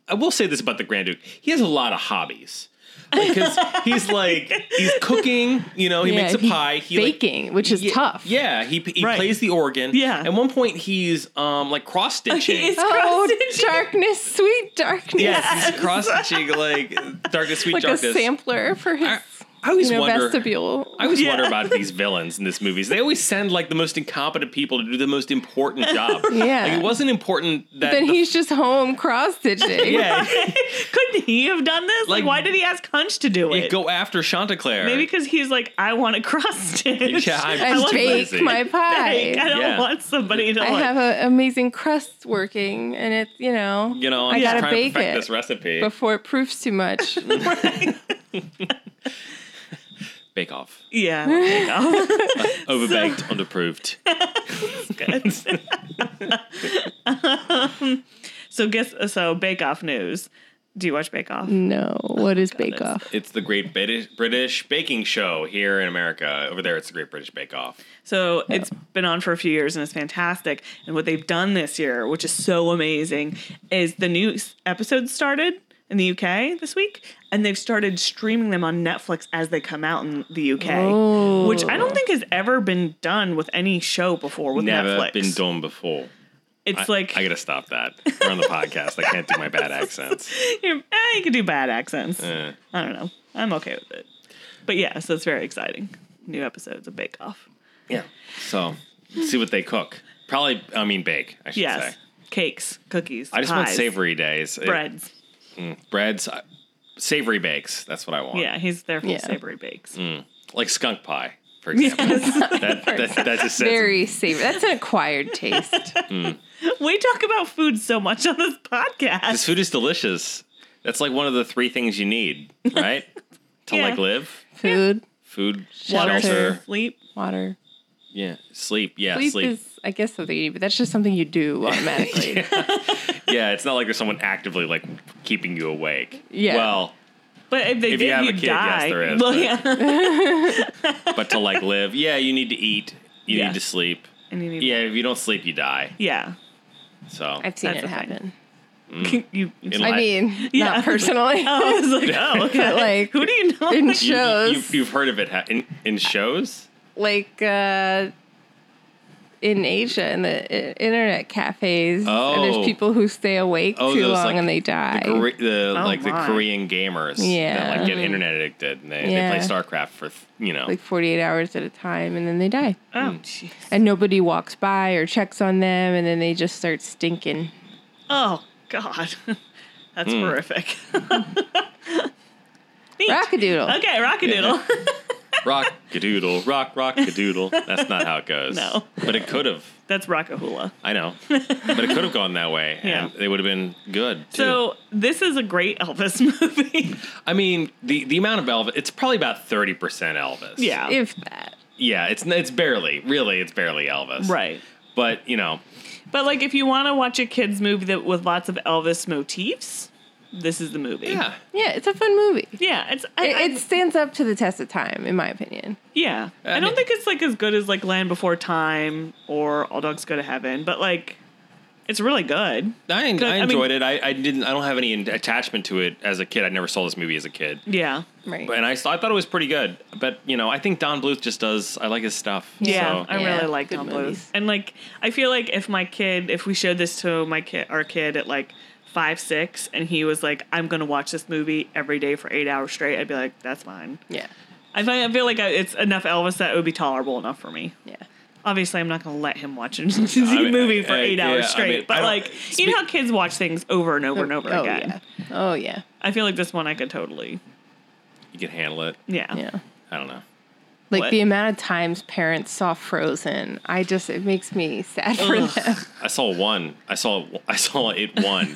C: I will say this about the Grand Duke. He has a lot of hobbies. Because he's like he's cooking, you know, he
D: Yeah,
C: makes a
D: he's
C: pie, he like,
D: baking, which is
C: Yeah,
D: tough.
C: Yeah, he, he
A: Right.
C: plays the organ.
A: Yeah.
C: At one point, he's um like cross stitching.
A: is-
D: Oh,
C: *laughs*
A: Cross-stitching.
D: darkness, sweet darkness.
C: yes,
D: *laughs*
C: he's cross stitching like darkness, sweet
D: Like
C: darkness.
D: a sampler for his
C: I, I always
D: you know,
C: wonder.
D: vestibule.
C: I always
A: Yeah.
C: wonder about these villains in this movies. They always send like the most incompetent people to do the most
D: *laughs*
C: important job.
D: Yeah.
C: like, it wasn't important that
D: then
C: the-
D: he's just home cross stitching.
C: yeah
A: *laughs*
D: *laughs*
A: couldn't he have done this? Like,
C: Like,
A: why did he ask Hunch to do
C: you
A: it?
C: go after Chanticleer.
A: Maybe because he's like, I want to cross *laughs* stitch.
C: Yeah, I'm
A: I
D: And
A: want
D: bake
C: lazy.
D: my
A: I
D: pie.
A: don't
C: Yeah.
A: want somebody to
D: I
A: like.
D: have an amazing crust working, and it's you know,
C: you know I'm
D: I
C: just
D: gotta
C: trying
D: bake
C: to perfect
D: it
C: this recipe.
D: before it proofs
C: *laughs*
D: too much.
C: bake off.
A: *laughs* yeah. there you go.
C: Overbaked, underproved.
A: *laughs* Um, so guess so. Bake Off news. Do you watch Bake Off?
D: No. What is Bake
A: that's-
D: Off?
C: It's the Great British British Baking Show here in America. Over there, it's the Great British Bake Off.
A: So it's been on for a few years and it's fantastic. And what they've done this year, which is so amazing, is the new s- episodes started in the UK this week, and they've started streaming them on Netflix as they come out in the UK, which I
C: Oh.
A: don't think has ever been done with any show before with
C: Never
A: Netflix.
C: been done before.
A: It's
C: I,
A: like
C: I gotta stop that. We're on the podcast. I can't do
A: *laughs*
C: my bad accents.
A: you eh, you can do bad accents.
C: Eh.
A: I don't know. I'm okay with it. But yeah, so it's very exciting. New episodes of Bake Off.
C: Yeah. So see what they cook. Probably, I mean, bake. I should
A: Yes,
C: say.
A: cakes, cookies.
C: I just want
A: pies,
C: savory days. It-
A: breads.
C: breads, uh, savory bakes. That's what I want.
A: Yeah, he's there for
D: Yeah.
A: savory bakes.
C: Mm. Like skunk pie, for example.
A: *laughs*
C: That, that, that just says
D: Very savory. That's an acquired
C: *laughs*
D: taste.
A: We talk about food so much on this podcast.
C: this food is delicious. That's like one of the three things you need,
A: *laughs*
C: right? to
A: Yeah.
C: like live.
D: Food,
C: Food,
D: Water.
C: shelter,
A: sleep.
D: water.
C: yeah, sleep, yeah,
D: Sleep,
C: sleep.
D: is, I guess, something you do, but that's just something
C: *laughs*
D: you do automatically.
C: yeah, it's not like there's someone actively like keeping you awake.
D: Yeah.
C: Well,
A: But if they did,
C: If you
A: you
C: have a kid, yes,
A: die.
C: there is,
A: Well,
C: but-
D: *laughs*
A: yeah.
C: but to like live, yeah, you need to eat, you
A: Yeah.
C: need to sleep.
A: and you need,
C: Yeah, if you don't sleep, you die.
A: yeah.
C: So
D: I've seen
A: That's
D: it
A: a thing.
D: happen.
C: Mm. *laughs*
A: you,
C: It'll-
D: I
C: Like-
D: mean,
A: *laughs* Yeah.
D: not *laughs* personally.
A: oh, I was
C: *laughs*
A: like, oh, okay.
D: like,
A: who do you know?
D: in
C: You-
D: shows,
C: You, have heard of it ha- in in shows.
D: *laughs* like uh, in Asia, in the i- internet cafes, and
C: Oh.
D: there's people who stay awake
C: Oh,
D: too
C: those,
D: long
C: like,
D: and they die.
C: The, Kore- the
A: Oh
C: like
A: my.
C: the Korean gamers
D: Yeah.
C: that like get internet addicted and they,
D: Yeah.
C: they play StarCraft for th- you know
D: like 48 hours at a time and then they die.
A: oh,
C: Mm.
A: jeez.
D: And nobody walks by or checks on them and then they just start stinking.
A: Oh, God. *laughs* That's
C: Mm.
A: horrific. *laughs* Neat.
D: Rockadoodle.
A: Okay, rockadoodle.
C: rock doodle rock rock doodle. That's not how it goes.
A: No.
C: but it could have.
A: *laughs* That's rockahula.
C: I know, but it could have gone that way,
A: Yeah.
C: and they would have been good too.
A: So this is a great Elvis *laughs* movie.
C: I mean, the the amount of Elvis, it's probably about thirty percent Elvis.
A: yeah.
D: If that.
C: yeah, it's it's barely, really, it's barely Elvis.
A: right.
C: but you know,
A: But like, if you want to watch a kids movie that with lots of Elvis motifs, this is the movie.
C: yeah,
D: Yeah, it's a fun movie.
A: yeah. It's I,
D: It,
A: I-
D: it stands up to the test of time, in my opinion.
A: yeah. I, don't
C: mean-
A: think it's like as good as like Land Before Time or All Dogs Go to Heaven, but like, it's really good.
C: I, en-
A: Good, I
C: I
A: mean-
C: enjoyed it. I, I didn't, I don't have any in- attachment to it as a kid. I never saw this movie as a kid,
A: Yeah.
D: Right.
C: but, and I, saw- I thought it was pretty good. But you know, I think Don Bluth just does. I like his stuff.
A: Yeah,
C: so,
A: I
D: Yeah,
A: really like
D: good
A: Tom Bluth.
D: movies.
A: And like, I feel like if my kid, if we showed this to my kid, our kid at like five, six, and he was like, "I'm gonna watch this movie every day for eight hours straight," I'd be like, "That's fine."
D: yeah.
A: I fi- I feel like I, it's enough Elvis that it would be tolerable enough for me.
D: Yeah.
A: obviously I'm not going to let him watch a *laughs* Disney
C: mean,
A: movie for
C: I- I-
A: eight
C: yeah, I
A: hours
C: mean,
A: straight.
C: I
A: but
C: don't-
A: like, you know how kids watch things over and over and over
D: oh,
A: again.
D: Yeah. Oh, yeah.
A: I feel like this one I could totally,
C: you can handle it.
A: yeah,
D: Yeah.
C: I don't know.
D: Like
A: What?
D: the amount of times parents saw Frozen, I just, it makes me sad for them. *laughs*
C: I saw one. I saw. I saw it one.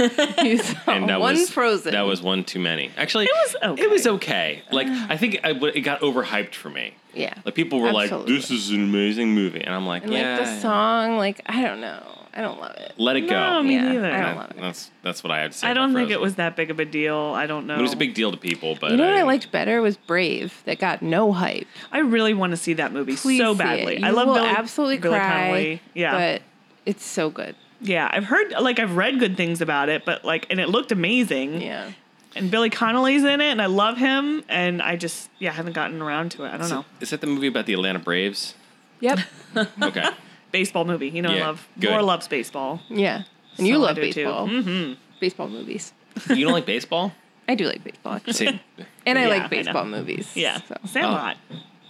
D: You saw
C: and that
D: one
C: was
D: Frozen.
C: That was one too many. Actually, it
A: was okay.
C: It was okay. Like I think I, it got overhyped for me.
D: Yeah.
C: Like people were like,
D: Absolutely.
C: "This is an amazing movie," and I'm like,
D: And
C: "Yeah."
D: like the song, like, I don't know. I don't love it.
C: Let it go.
A: No, me
D: Yeah,
A: neither.
D: I
A: I
D: don't
A: don't,
D: love it.
C: That's that's what I had to say. about
A: think it
C: Frozen.
A: was that big of a deal. I don't know.
C: It was a big deal to people, but
D: You know what I
C: didn't-
D: liked better was Brave that got no hype.
A: I really want to see that movie
D: Please
A: so
D: see
A: badly.
D: it.
A: I
D: You
A: love
D: will
A: Billy,
D: absolutely
A: Billy
D: cry.
A: Connolly. Yeah,
D: but it's so good.
A: yeah. I've heard like I've read good things about it, but like, and it looked amazing.
D: Yeah,
A: And Billy Connolly's in it, and I love him. And I just yeah, haven't gotten around to it. I don't
C: Is,
A: know.
C: it- is that the movie about the Atlanta Braves?
D: yep,
C: *laughs* Okay.
A: Baseball movie, you know, I
C: Yeah,
A: love.
C: good.
A: Laura loves baseball.
D: yeah. And you
A: So I
D: love
A: do too. Mm-hmm.
D: baseball, baseball movies.
C: you don't like *laughs* baseball?
D: I do like baseball, actually.
C: See,
D: and I
A: Yeah, I
D: like baseball movies.
A: Yeah,
D: so.
A: Sandlot.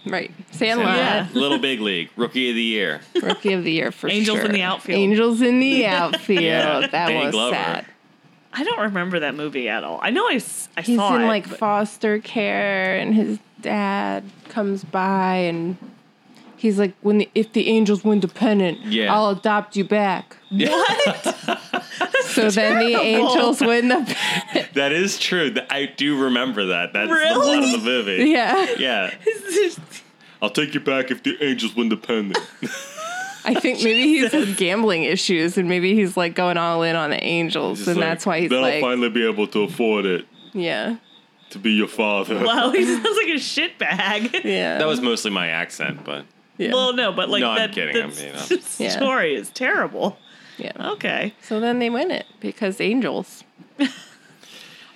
D: right. Sandlot,
A: Yeah.
C: Little Big League, Rookie of the Year.
D: Rookie of the Year for
A: Angels in
D: sure.
A: the Outfield.
D: Angels
A: *laughs*
D: in the outfield.
C: Yeah,
D: That
C: Danny
D: was
C: Glover.
D: sad.
A: I don't remember that movie at all. I know I, s- I
D: He's
A: saw
D: in
A: it.
D: like *laughs*
A: but- *laughs*
D: foster care, and his dad comes by, and he's like, "When the, if the Angels win the pennant,
C: Yeah.
D: I'll adopt you back."
C: *laughs*
D: So then the Angels win the pennant.
C: that is true. Th- I do remember that. That's the
A: Really?
C: plot of the movie.
D: Yeah.
C: *laughs* *laughs* Yeah. I'll take you back if the Angels win the pennant.
A: *laughs*
D: I think maybe he's has gambling issues and maybe he's like going all in on the angels and that's why he's
E: Then
D: like
E: I'll finally be able to afford it
D: Yeah.
E: to be your father.
A: Wow, he sounds like a shit bag. *laughs*
C: *laughs*
D: Yeah.
C: That was mostly my accent, but
D: yeah.
A: Well, no, but like
C: No, I'm
A: that,
C: kidding,
A: that
C: I'm
A: *laughs*
C: being
A: s-
C: honest.
D: Yeah.
A: story is terrible.
D: yeah.
A: Okay.
D: So then they win it because angels.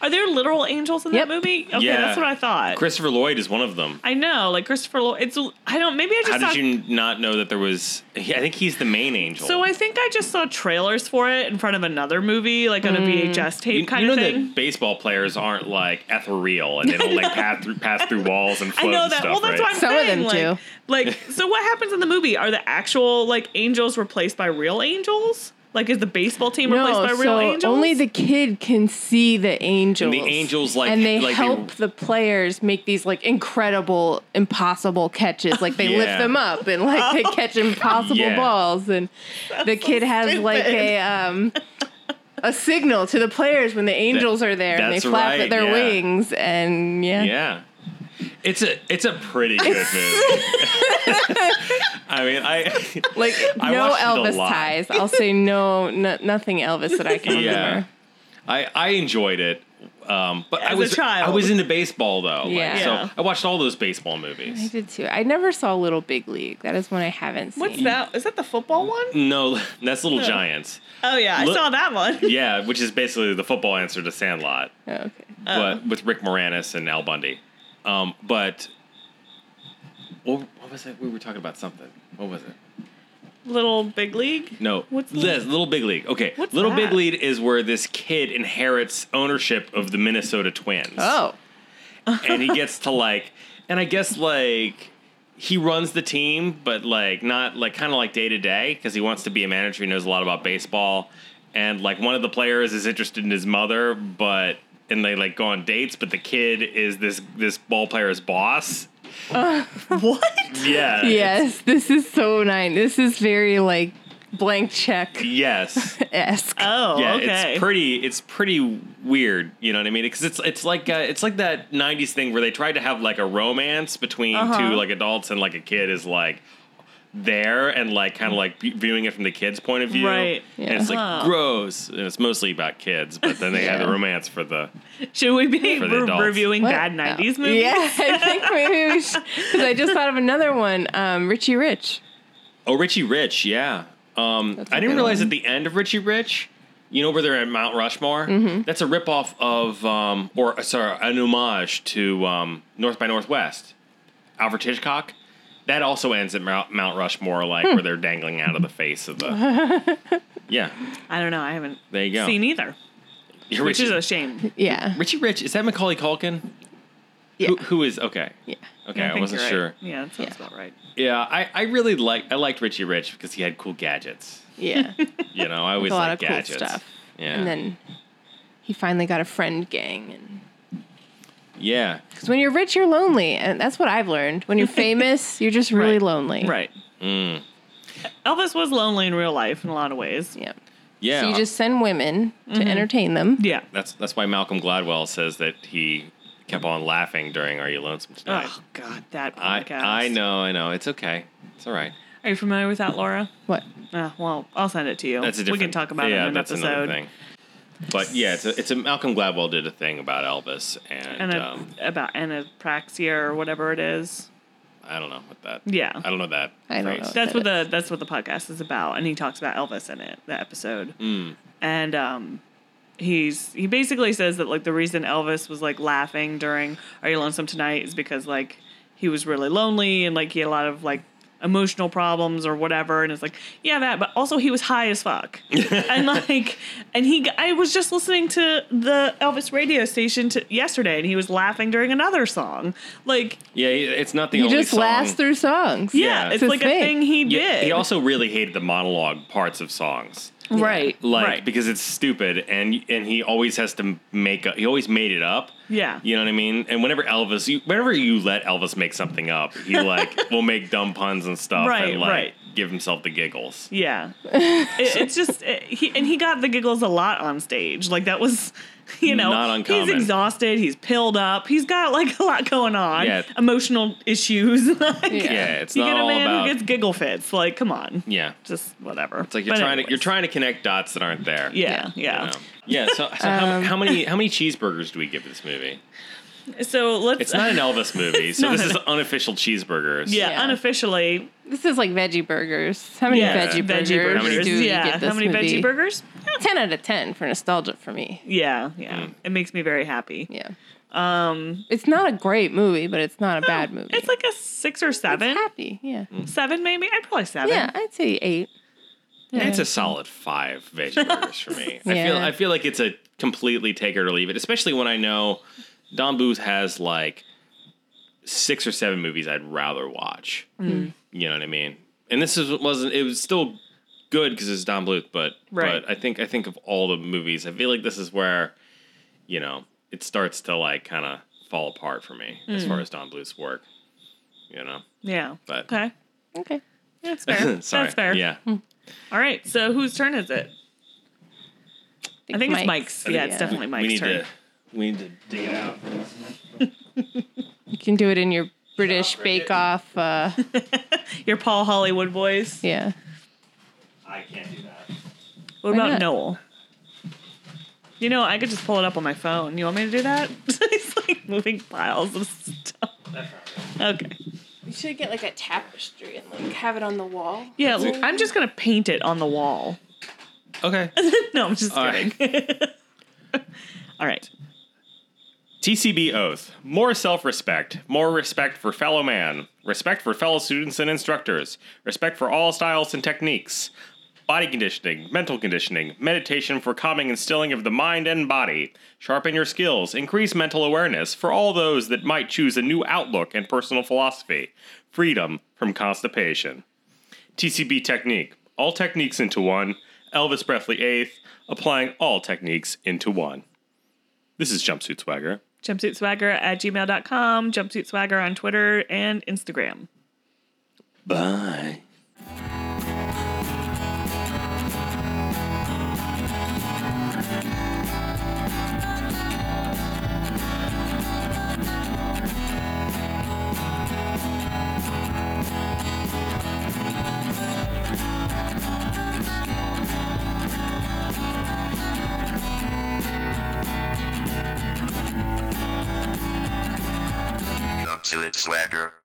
A: Are there literal angels in
D: Yep.
A: that movie? Okay,
C: Yeah.
A: that's what I thought.
C: Christopher Lloyd is one of them.
A: I know, like Christopher Lloyd. It's I don't. Maybe I just
C: How did
A: saw.
C: you n- not know that there was? he- I think he's the main angel.
A: so I think I just saw trailers for it in front of another movie, like on
D: Mm.
A: a VHS tape
C: you,
A: kind
C: you know
A: of thing.
C: that baseball players aren't like ethereal and they
A: *laughs*
C: don't like pass through pass through walls and
A: I
C: float
A: know
C: and
A: that.
C: stuff.
A: well, that's what
C: right?
A: I'm
D: Some of
A: saying.
D: them
A: like,
D: do.
A: like, so what happens in the movie? Are the actual like angels replaced by real angels? Like, is the baseball team replaced
D: No,
A: by real
D: so
A: angels?
D: only the kid can see the angels.
C: angels, like-
D: and they
C: like they-
D: help the players make these like incredible, impossible catches. Like they lift
C: Yeah.
D: them up and
A: *laughs*
D: like they catch impossible
C: Yeah.
D: balls. And the kid has like a um a signal to the players when the angels are there and they
C: that's
D: flap
C: right,
D: at their
C: yeah.
D: wings and yeah.
C: Yeah. It's a it's a pretty good movie.
A: *laughs*
C: I mean, I
D: Like
C: I
D: no
C: watched it a
D: Elvis
C: lot.
D: ties. I'll say no, no nothing Elvis that I can
C: *laughs* yeah,
D: remember.
C: I I enjoyed it. Um, but I
A: As a
C: was
A: child.
C: I was into baseball though. like,
D: Yeah.
A: Yeah.
C: so I watched all those baseball
D: I
C: movies.
D: did too. I never saw Little Big League. That is one I haven't seen.
A: What's that? Is that the football one?
C: No, *laughs* that's Little Giants.
A: Oh yeah, I
C: Look-
A: saw that one. *laughs*
C: Yeah, which is basically the football answer to Sandlot.
D: Oh, okay.
C: but with Rick Moranis and Al Bundy. Um, but what, what was it? We were talking about something. What was it?
A: Little Big
D: *laughs*
A: League.
C: No,
A: What's
C: this Little Big League? Okay,
A: What's
C: Little Big
A: that?
C: League is where this kid inherits ownership of the Minnesota Twins.
D: Oh,
C: and he gets to like, and I guess like. He runs the team, but like not like kind of like day to day because he wants to be a manager. He knows a lot about baseball, and like one of the players is interested in his mother, but and they like go on dates. But the kid is this this ball player's boss,
A: What?
C: *laughs* Yeah.
D: yes. This is so nine. This is very like blank check
C: Yes.
D: esque.
A: Oh,
C: Yeah,
A: okay.
C: it's pretty. It's pretty weird. You know what I mean? Because it's it's like uh, it's like that '90s thing where they tried to have like a romance between
A: Uh-huh.
C: two like adults and like a kid is like there and like kind of like be- viewing it from the kid's point of view.
A: Right. Uh-huh.
C: And it's like
A: Yeah.
C: gross, and it's mostly about kids. But then they had the
D: Yeah.
C: romance for the
A: Should we be
C: For the
A: re-
C: adults.
A: reviewing bad '90s movies?
D: Oh. Yeah,
A: *laughs*
D: I think maybe we should. Because I just thought of another one. Um, Richie Rich.
C: oh Richie Rich, yeah. Um,
D: That's a
C: I didn't
D: good
C: realize
D: one.
C: at the end of Richie Rich. You know where they're at Mount Rushmore?
D: Mm-hmm.
C: That's a ripoff of, um, or uh, sorry, an homage to um, North by Northwest. Alfred Hitchcock. That also ends at Mount Mount Rushmore, like
D: Hmm.
C: where they're dangling out of the face of the.
D: *laughs*
C: yeah,
A: I don't know. I haven't
C: there you go.
A: seen either,
C: Yeah,
A: which
C: Richie,
A: is a shame.
D: Yeah.
C: Richie Rich is that Macaulay Culkin?
D: Yeah.
C: Who, who is okay?
D: yeah.
C: Okay,
A: I
C: I,
A: think
C: wasn't
A: you're
C: sure.
A: right. Yeah, that sounds
D: Yeah.
A: about right.
C: Yeah, I, I really like I liked Richie Rich because he had cool gadgets.
D: Yeah.
C: You know,
D: *laughs*
C: I always
D: a lot
C: like
D: of cool
C: gadgets.
D: stuff.
C: Yeah.
D: And then he finally got a friend gang and.
C: yeah.
D: Because when you're rich, you're lonely, and that's what I've
A: *laughs*
D: learned. When you're famous, you're just really
A: Right.
D: lonely.
A: Right.
C: Mm.
A: Elvis was lonely in real life in a lot of ways.
D: Yeah.
C: Yeah.
D: So you just send women to entertain them.
A: Mm-hmm. Yeah.
C: that's that's why Malcolm Gladwell says that he kept on laughing during Are You Lonesome Tonight.
A: Oh God, that
C: I
A: podcast.
C: I know, I know. It's okay. It's all right.
A: Are you familiar with that, Laura?
D: What?
A: Uh, well, I'll send it to you.
C: That's a
A: Oh, We
C: different
A: can talk about it
C: yeah,
A: in an
C: that's
A: episode.
C: another thing. But yeah, it's a, it's a Malcolm Gladwell did a thing about Elvis and,
A: And a,
C: um,
A: about anapraxia or whatever it is.
C: I don't know what that.
A: Yeah.
C: I don't know that.
D: I don't
C: phrase.
D: know.
A: That's
D: That
A: what the that's what the podcast is about, and he talks about Elvis in it, the episode.
C: Mm.
A: And um, he's he basically says that like the reason Elvis was like laughing during Are You Lonesome Tonight is because like he was really lonely and like he had a lot of like emotional problems or whatever, and it's like yeah that, but also he was high as
C: *laughs*
A: fuck, and like and he I was just listening to the Elvis radio station to, yesterday, and he was laughing during another song, like
C: Yeah, he- it's not the
D: He
C: only
D: just
C: song.
D: laughs through songs.
A: yeah,
C: Yeah.
A: it's
C: It's
A: like
D: his
A: a
D: thing.
A: thing he did,
C: Yeah, he also really hated the monologue parts of songs.
A: right,
C: like
A: right.
C: because it's stupid and and he always has to make up he always made it up
A: Yeah.
C: you know what i mean and whenever
A: *laughs*
C: elvis you whenever you let elvis make something up he like will make dumb puns and stuff
A: Right,
C: and like
A: right.
C: give himself the giggles. *laughs*
A: Yeah, it, it's just it, he and he got the giggles a lot on stage. Like that was, *laughs* you know,
C: Not uncommon.
A: he's exhausted, he's pilled up, he's got like a lot going on,
C: Yeah.
A: emotional issues. *laughs* like,
D: Yeah.
C: Yeah, it's
A: you
C: not
A: get a
C: all
A: man
C: about.
A: who gets giggle fits. Like, come on,
C: yeah,
A: just whatever.
C: it's like you're trying to you're trying to connect dots that aren't there.
A: Yeah, Um,
C: you
A: yeah.
C: know? Yeah. So, so how, how
A: *laughs*
C: many how many cheeseburgers do we give this movie?
A: So let's.
C: It's
A: *laughs*
C: not an Elvis movie, so this is unofficial cheeseburgers.
A: yeah,
D: Yeah.
A: unofficially.
D: This is like veggie burgers. How many
A: Yeah,
D: veggie, burgers
C: How many-
D: do
A: yeah,
D: you get this
A: how many
D: movie?
A: veggie burgers?
D: 10 out of 10 for nostalgia for me.
A: Yeah, yeah.
C: Hmm.
A: It makes me very happy.
D: Yeah.
A: Um,
D: It's not a great movie, but it's not a bad movie.
A: it's like a six or
D: It's
A: seven,
D: happy. Yeah.
A: seven maybe. I'd probably seven.
D: Yeah, I'd say 8.
C: It's a solid five veggie burgers
A: *laughs*
C: for me. I feel
D: Yeah.
C: I feel like it's a completely take it or leave it, especially when I know Don Bluth has like six or seven movies I'd rather watch.
A: Mm-hmm.
C: You know what I mean? And this is, wasn't it was still good because it's Don Bluth, but
A: Right.
C: but I think I think of all the movies, I feel like this is where you know it starts to like kind of fall apart for me
A: Mm.
C: as far as Don Bluth's work. You know,
A: Yeah.
C: but
A: Okay.
D: Okay.
C: *laughs*
A: That's fair.
C: sorry,
A: That's fair. Hmm.
C: yeah.
A: All right. So whose turn is it? I think it's Mike's.
C: I
A: yeah,
C: think-
A: it's definitely
C: we-
A: Mike's
C: we need
A: turn.
C: To, we need to dig it out.
D: You can do it in your British Bake Off. Uh,
A: *laughs* Your Paul Hollywood voice.
D: yeah.
C: I can't do that.
A: What
D: Why
A: about
D: not?
A: Noel? You know, I could just pull it up on my phone. You want me to do that? *laughs* He's like moving piles of stuff. Okay.
D: *laughs* You should get like a tapestry and like have it on the wall.
A: Yeah, well, I'm just gonna paint it on the wall. *laughs*
C: Okay.
A: no, I'm just
C: All
A: kidding. *laughs* All right.
C: TCB Oath. More self respect. More respect for fellow man. Respect for fellow students and instructors. Respect for all styles and techniques. Body conditioning, mental conditioning, meditation for calming and stilling of the mind and body. Sharpen your skills, increase mental awareness for all those that might choose a new outlook and personal philosophy. Freedom from constipation. TCB technique. All techniques into one. Elvis Presley eighth. Applying all techniques into one. This is Jumpsuit Swagger.
A: Jumpsuit swagger at gmail.com, jumpsuit swagger on Twitter and Instagram.
C: Bye.
B: Come to it, swagger.